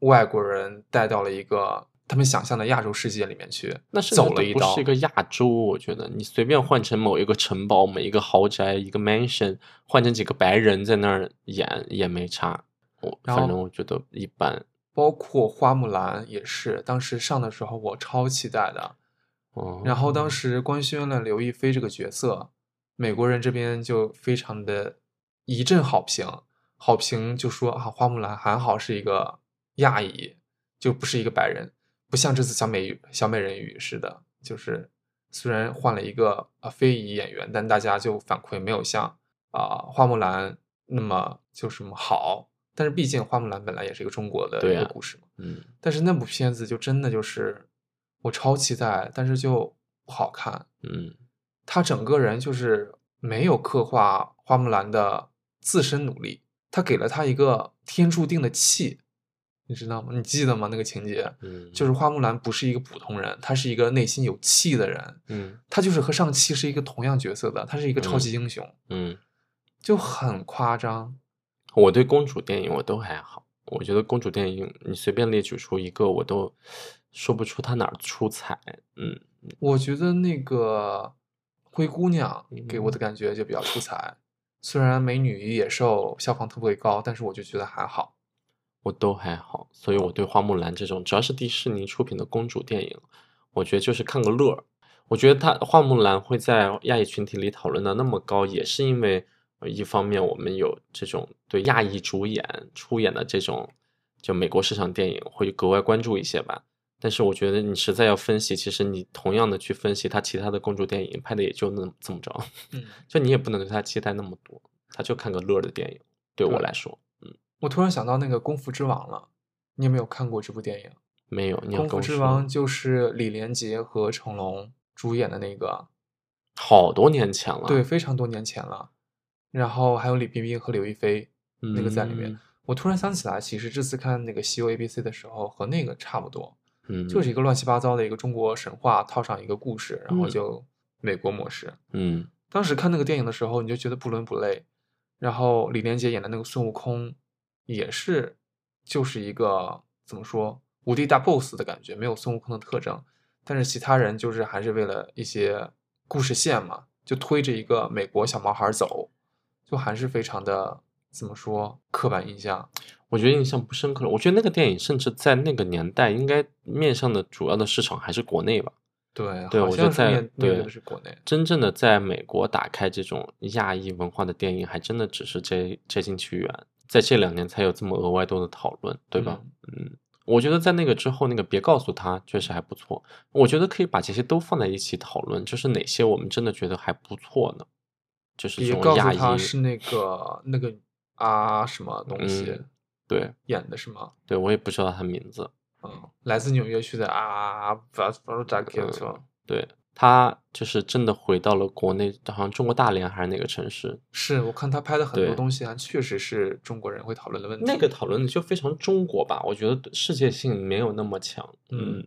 S2: 外国人带到了一个他们想象的亚洲世界里面去，
S1: 那甚至
S2: 走
S1: 都
S2: 了一
S1: 不
S2: 刀
S1: 是一。个亚洲，我觉得你随便换成某一个城堡、每一个豪宅、一个 mansion，换成几个白人在那儿演也没差。我
S2: 然
S1: 反
S2: 后
S1: 正我觉得一般。
S2: 包括花木兰也是，当时上的时候我超期待的，
S1: 哦，
S2: 然后当时官宣了刘亦菲这个角色，美国人这边就非常的一阵好评，好评就说啊，花木兰还好是一个亚裔，就不是一个白人，不像这次小美小美人鱼似的，就是虽然换了一个啊非裔演员，但大家就反馈没有像啊、花木兰那么就什么好，但是毕竟花木兰本来也是一个中国的
S1: 对
S2: 一个
S1: 呀
S2: 故事嘛。
S1: 嗯，
S2: 但是那部片子就真的就是我超期待，但是就不好看。
S1: 嗯
S2: 他整个人就是没有刻画花木兰的自身努力，他给了他一个天注定的气，你知道吗？你记得吗？那个情节
S1: 嗯，
S2: 就是是花木兰不是一个普通人，她是一个内心有气的人，
S1: 嗯
S2: 她就是和上期是一个同样角色的，她是一个超级英雄，
S1: 嗯，
S2: 就很夸张。
S1: 我对公主电影我都还好，我觉得公主电影你随便列举出一个，我都说不出它哪儿出彩。嗯
S2: 我觉得那个灰姑娘
S1: 嗯
S2: 给我的感觉就比较出彩，虽然《美女与野兽》票房特别高，但是我就觉得还好。
S1: 我都还好，所以我对花木兰这种只要是迪士尼出品的公主电影，我觉得就是看个乐儿。我觉得她花木兰会在亚裔群体里讨论的那么高，也是因为呃一方面我们有这种对亚裔主演出演的这种，就美国市场电影会格外关注一些吧。但是我觉得你实在要分析，其实你同样的去分析她其他的公主电影拍的也就那么这么着，
S2: 嗯，
S1: 就你也不能对她期待那么多，她就看个乐儿的电影，对我
S2: 对
S1: 来说
S2: 我突然想到那个《功夫之王》了，你有没有看过这部电影？
S1: 没有。你
S2: 《
S1: 要
S2: 功
S1: 跟
S2: 夫
S1: 我
S2: 之
S1: 说
S2: 王》就是李连杰和成龙主演的那个，
S1: 好多年前了，
S2: 对，，非常多年前了。然后还有李冰冰和刘亦菲，
S1: 嗯
S2: 那个在里面。我突然想起来，其实这次看那个《西游 A B C》的时候，和那个差不多。
S1: 嗯，
S2: 就是一个乱七八糟的一个中国神话套上一个故事，然后
S1: 嗯
S2: 就美国模式。
S1: 嗯
S2: 当时看那个电影的时候，你就觉得不伦不类。然后李连杰演的那个孙悟空，也是就是一个怎么说无敌大 boss 的感觉，没有孙悟空的特征。但是其他人就是还是为了一些故事线嘛，就推着一个美国小毛孩儿走，就还是非常的怎么说刻板印象。
S1: 我觉得印象不深刻了。我觉得那个电影甚至在那个年代，应该面向的主要的市场还是国内吧。
S2: 对，
S1: 对，
S2: 好
S1: 我觉
S2: 像
S1: 得
S2: 是
S1: 在
S2: 面面对
S1: 对
S2: 的是国内。
S1: 真正的在美国打开这种亚裔文化的电影，还真的只是这这近奇缘，在这两年才有这么额外多的讨论，对吧？嗯，我觉得在那个之后，那个别告诉他确实还不错。我觉得可以把这些都放在一起讨论，就是哪些我们真的觉得还不错呢？就是这
S2: 也
S1: 种
S2: 告诉
S1: 亚
S2: 他
S1: 裔，
S2: 是那个那个啊什么东西、
S1: 嗯对
S2: 演的是吗？
S1: 对，我也不知道他名字。
S2: 嗯，来自纽约区的啊，不要不要打 Q
S1: 呃
S2: 说
S1: 对他就是真的回到了国内，好像中国大连还是哪个城市？
S2: 是我看他拍的很多
S1: 对
S2: 东西啊，确实是中国人会讨论的问题。
S1: 那个讨论的就非常中国吧，我觉得世界性没有那么强。
S2: 嗯，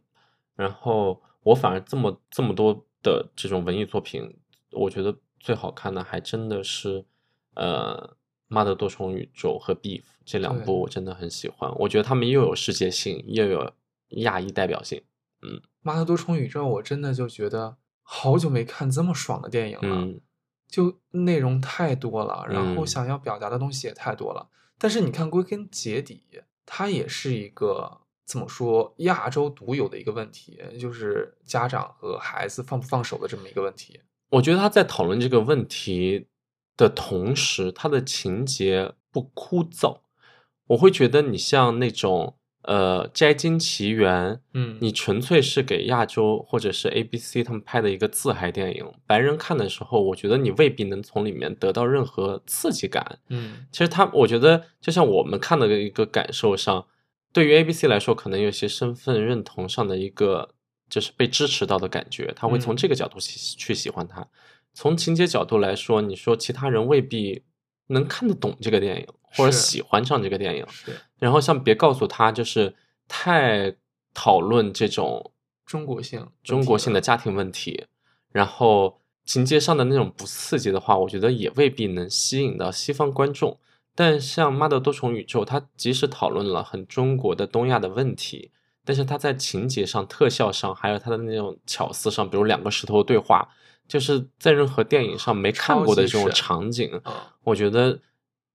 S1: 然后我反而这么这么多的这种文艺作品，我觉得最好看的还真的是呃《妈的多重宇宙》和《Beef》这两
S2: 对
S1: 部，我真的很喜欢。我觉得他们又有世界性，又有亚裔代表性。
S2: 妈的多重宇宙》，我真的就觉得好久没看这么爽的电影了，
S1: 嗯
S2: 就内容太多了，然后
S1: 嗯
S2: 想要表达的东西也太多了。但是你看，归根结底，它也是一个怎么说亚洲独有的一个问题，就是家长和孩子放不放手的这么一个问题。
S1: 我觉得他在讨论这个问题的同时，他的情节不枯燥。我会觉得你像那种呃《摘金奇缘》，
S2: 嗯，
S1: 你纯粹是给亚洲或者是 A B C 他们拍的一个自嗨电影，白人看的时候，我觉得你未必能从里面得到任何刺激感。
S2: 嗯
S1: 其实他，我觉得就像我们看的一个感受上，对于 A B C 来说，可能有些身份认同上的一个就是被支持到的感觉，他会从
S2: 嗯
S1: 这个角度去去喜欢它。从情节角度来说，你说其他人未必能看得懂这个电影，或者
S2: 是
S1: 喜欢上这个电影。
S2: 是
S1: 然后像别告诉他，就是太讨论这种
S2: 中国性，
S1: 中国性的，家庭问题，然后情节上的那种不刺激的话，我觉得也未必能吸引到西方观众。但像《妈的多重宇宙》，它即使讨论了很中国的东亚的问题，但是它在情节上、特效上，还有它的那种巧思上，比如两个石头对话，就是在任何电影上没看
S2: 超
S1: 过的
S2: 级
S1: 这种
S2: 神
S1: 场景，
S2: 啊，
S1: 我觉得，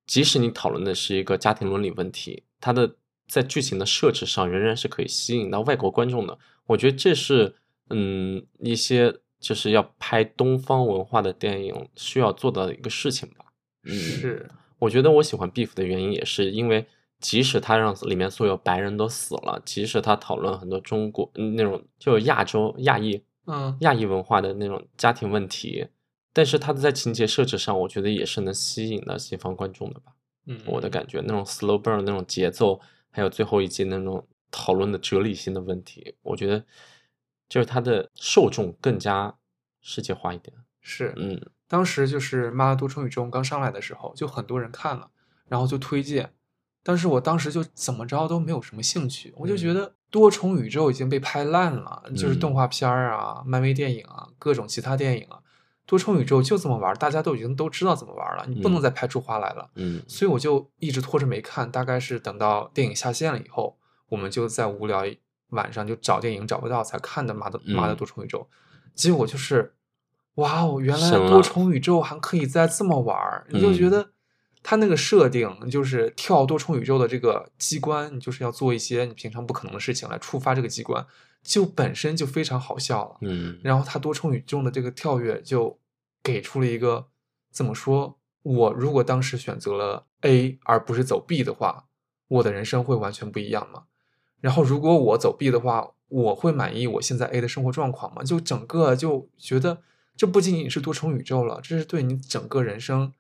S1: 即使你讨论的是一个家庭伦理问题，它的在剧情的设置上仍然是可以吸引到外国观众的。我觉得这是，嗯，一些就是要拍东方文化的电影需要做到的一个事情吧。嗯，
S2: 是
S1: 我觉得我喜欢 Beef 的原因也是因为，即使他让里面所有白人都死了，即使他讨论很多中国嗯那种就是亚洲亚裔
S2: 嗯
S1: 亚裔文化的那种家庭问题，但是它在情节设置上，我觉得也是能吸引到西方观众的吧。
S2: 嗯，
S1: 我的感觉，那种 slow burn 那种节奏，还有最后一集那种讨论的哲理性的问题，我觉得就是它的受众更加世界化一点。
S2: 是
S1: 嗯
S2: 当时就是《妈的多重宇宙》刚上来的时候，就很多人看了，然后就推荐，但是我当时就怎么着都没有什么兴趣，我就觉
S1: 嗯
S2: 得多重宇宙已经被拍烂了，就是
S1: 嗯
S2: 动画片儿啊、漫威电影啊、各种其他电影啊，多重宇宙就这么玩儿，大家都已经都知道怎么玩儿了，你不能
S1: 嗯
S2: 再拍出花来了。
S1: 嗯
S2: 所以我就一直拖着没看，大概是等到电影下线了以后，我们就在无聊一晚上就找电影找不到才看的《妈的妈的
S1: 嗯
S2: 多重宇宙》结果就是，哇哦，原来
S1: 神
S2: 多
S1: 了
S2: 重宇宙还可以再这么玩儿，你就觉
S1: 嗯
S2: 得它那个设定就是跳多重宇宙的这个机关，你就是要做一些你平常不可能的事情来触发这个机关，就本身就非常好笑了。
S1: 嗯
S2: 然后它多重宇宙的这个跳跃就给出了一个怎么说？我如果当时选择了 A 而不是走 B 的话，我的人生会完全不一样吗？然后如果我走 B 的话，我会满意我现在 A 的生活状况吗？就整个就觉得这不仅仅是多重宇宙了，这是对你整个人生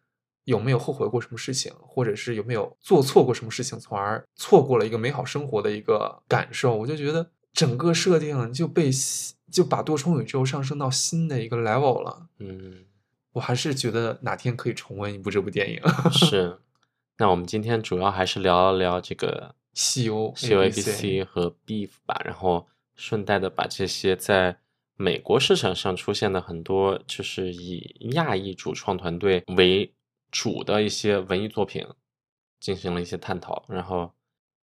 S2: 有没有后悔过什么事情，或者是有没有做错过什么事情，从而错过了一个美好生活的一个感受。我就觉得整个设定就被吸就把多重宇宙上升到新的一个 level 了。
S1: 嗯，
S2: 我还是觉得哪天可以重温一部这部电影
S1: 嗯是。那我们今天主要还是聊一聊这个
S2: 《西游
S1: C U A B
S2: ABC
S1: C 和 Beef 吧，然后顺带的把这些在美国市场上出现的很多就是以亚裔主创团队为主的一些文艺作品进行了一些探讨，然后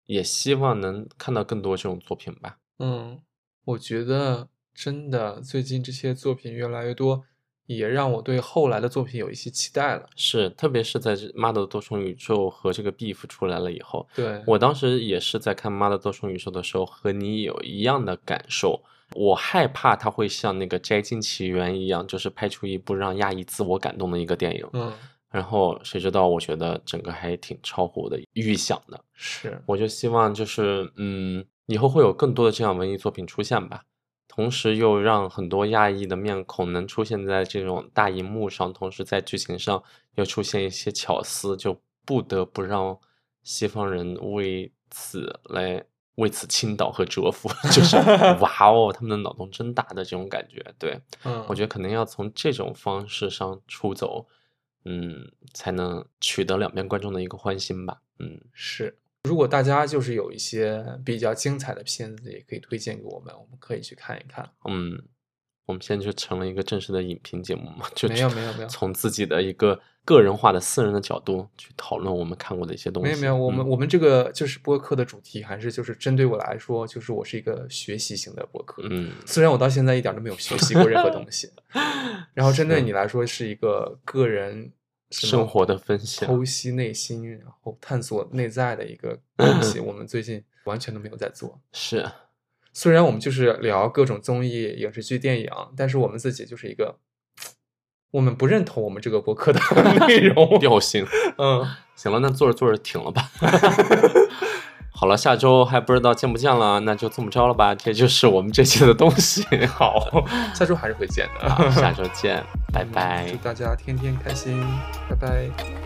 S1: 也希望能看到更多这种作品吧。
S2: 嗯，我觉得真的最近这些作品越来越多，也让我对后来的作品有一些期待了。
S1: 是，特别是在这《妈的多重宇宙》和这个 Beef 出来了以后，
S2: 对，
S1: 我当时也是在看《妈的多重宇宙》的时候，和你有一样的感受。我害怕它会像那个《摘金奇缘》一样，就是拍出一部让亚裔自我感动的一个电影。
S2: 嗯，
S1: 然后谁知道，我觉得整个还挺超乎我的预想的。
S2: 是，
S1: 我就希望就是，嗯，以后会有更多的这样文艺作品出现吧。同时又让很多亚裔的面孔能出现在这种大荧幕上，同时在剧情上又出现一些巧思，就不得不让西方人为此来为此倾倒和折服， 就是哇哦，他们的脑洞真大的这种感觉。对，
S2: 嗯，
S1: 我觉得可能要从这种方式上出走，嗯，才能取得两边观众的一个欢心吧。嗯，
S2: 是。如果大家就是有一些比较精彩的片子，也可以推荐给我们，我们可以去看一看。
S1: 嗯，我们现在就成了一个正式的影评节目嘛，就
S2: 没有没有没有
S1: 从自己的一个个人化的私人的角度去讨论我们看过的一些东西。
S2: 没有没有，我们、
S1: 嗯
S2: 我们这个就是播客的主题，还是就是针对我来说，就是我是一个学习型的播客。
S1: 嗯
S2: 虽然我到现在一点儿都没有学习过任何东西，然后针对
S1: 是
S2: 你来说是一个个人什么
S1: 生活的分享，
S2: 剖析内心，然后探索内在的一个 东西，我们最近完全都没有在做。
S1: 是
S2: 虽然我们就是聊各种综艺、影视剧、电影，但是我们自己就是一个我们不认同我们这个 博客的内容。
S1: 调性。
S2: 嗯，
S1: 行了，那坐着坐着停 了吧。 好了，下周还不知道见不见了，那就这么着了吧。这就是我们这期的东西。 好，
S2: 下周还是会见的。嗯
S1: 下周见，拜拜
S2: 祝。大家天天开心，拜拜。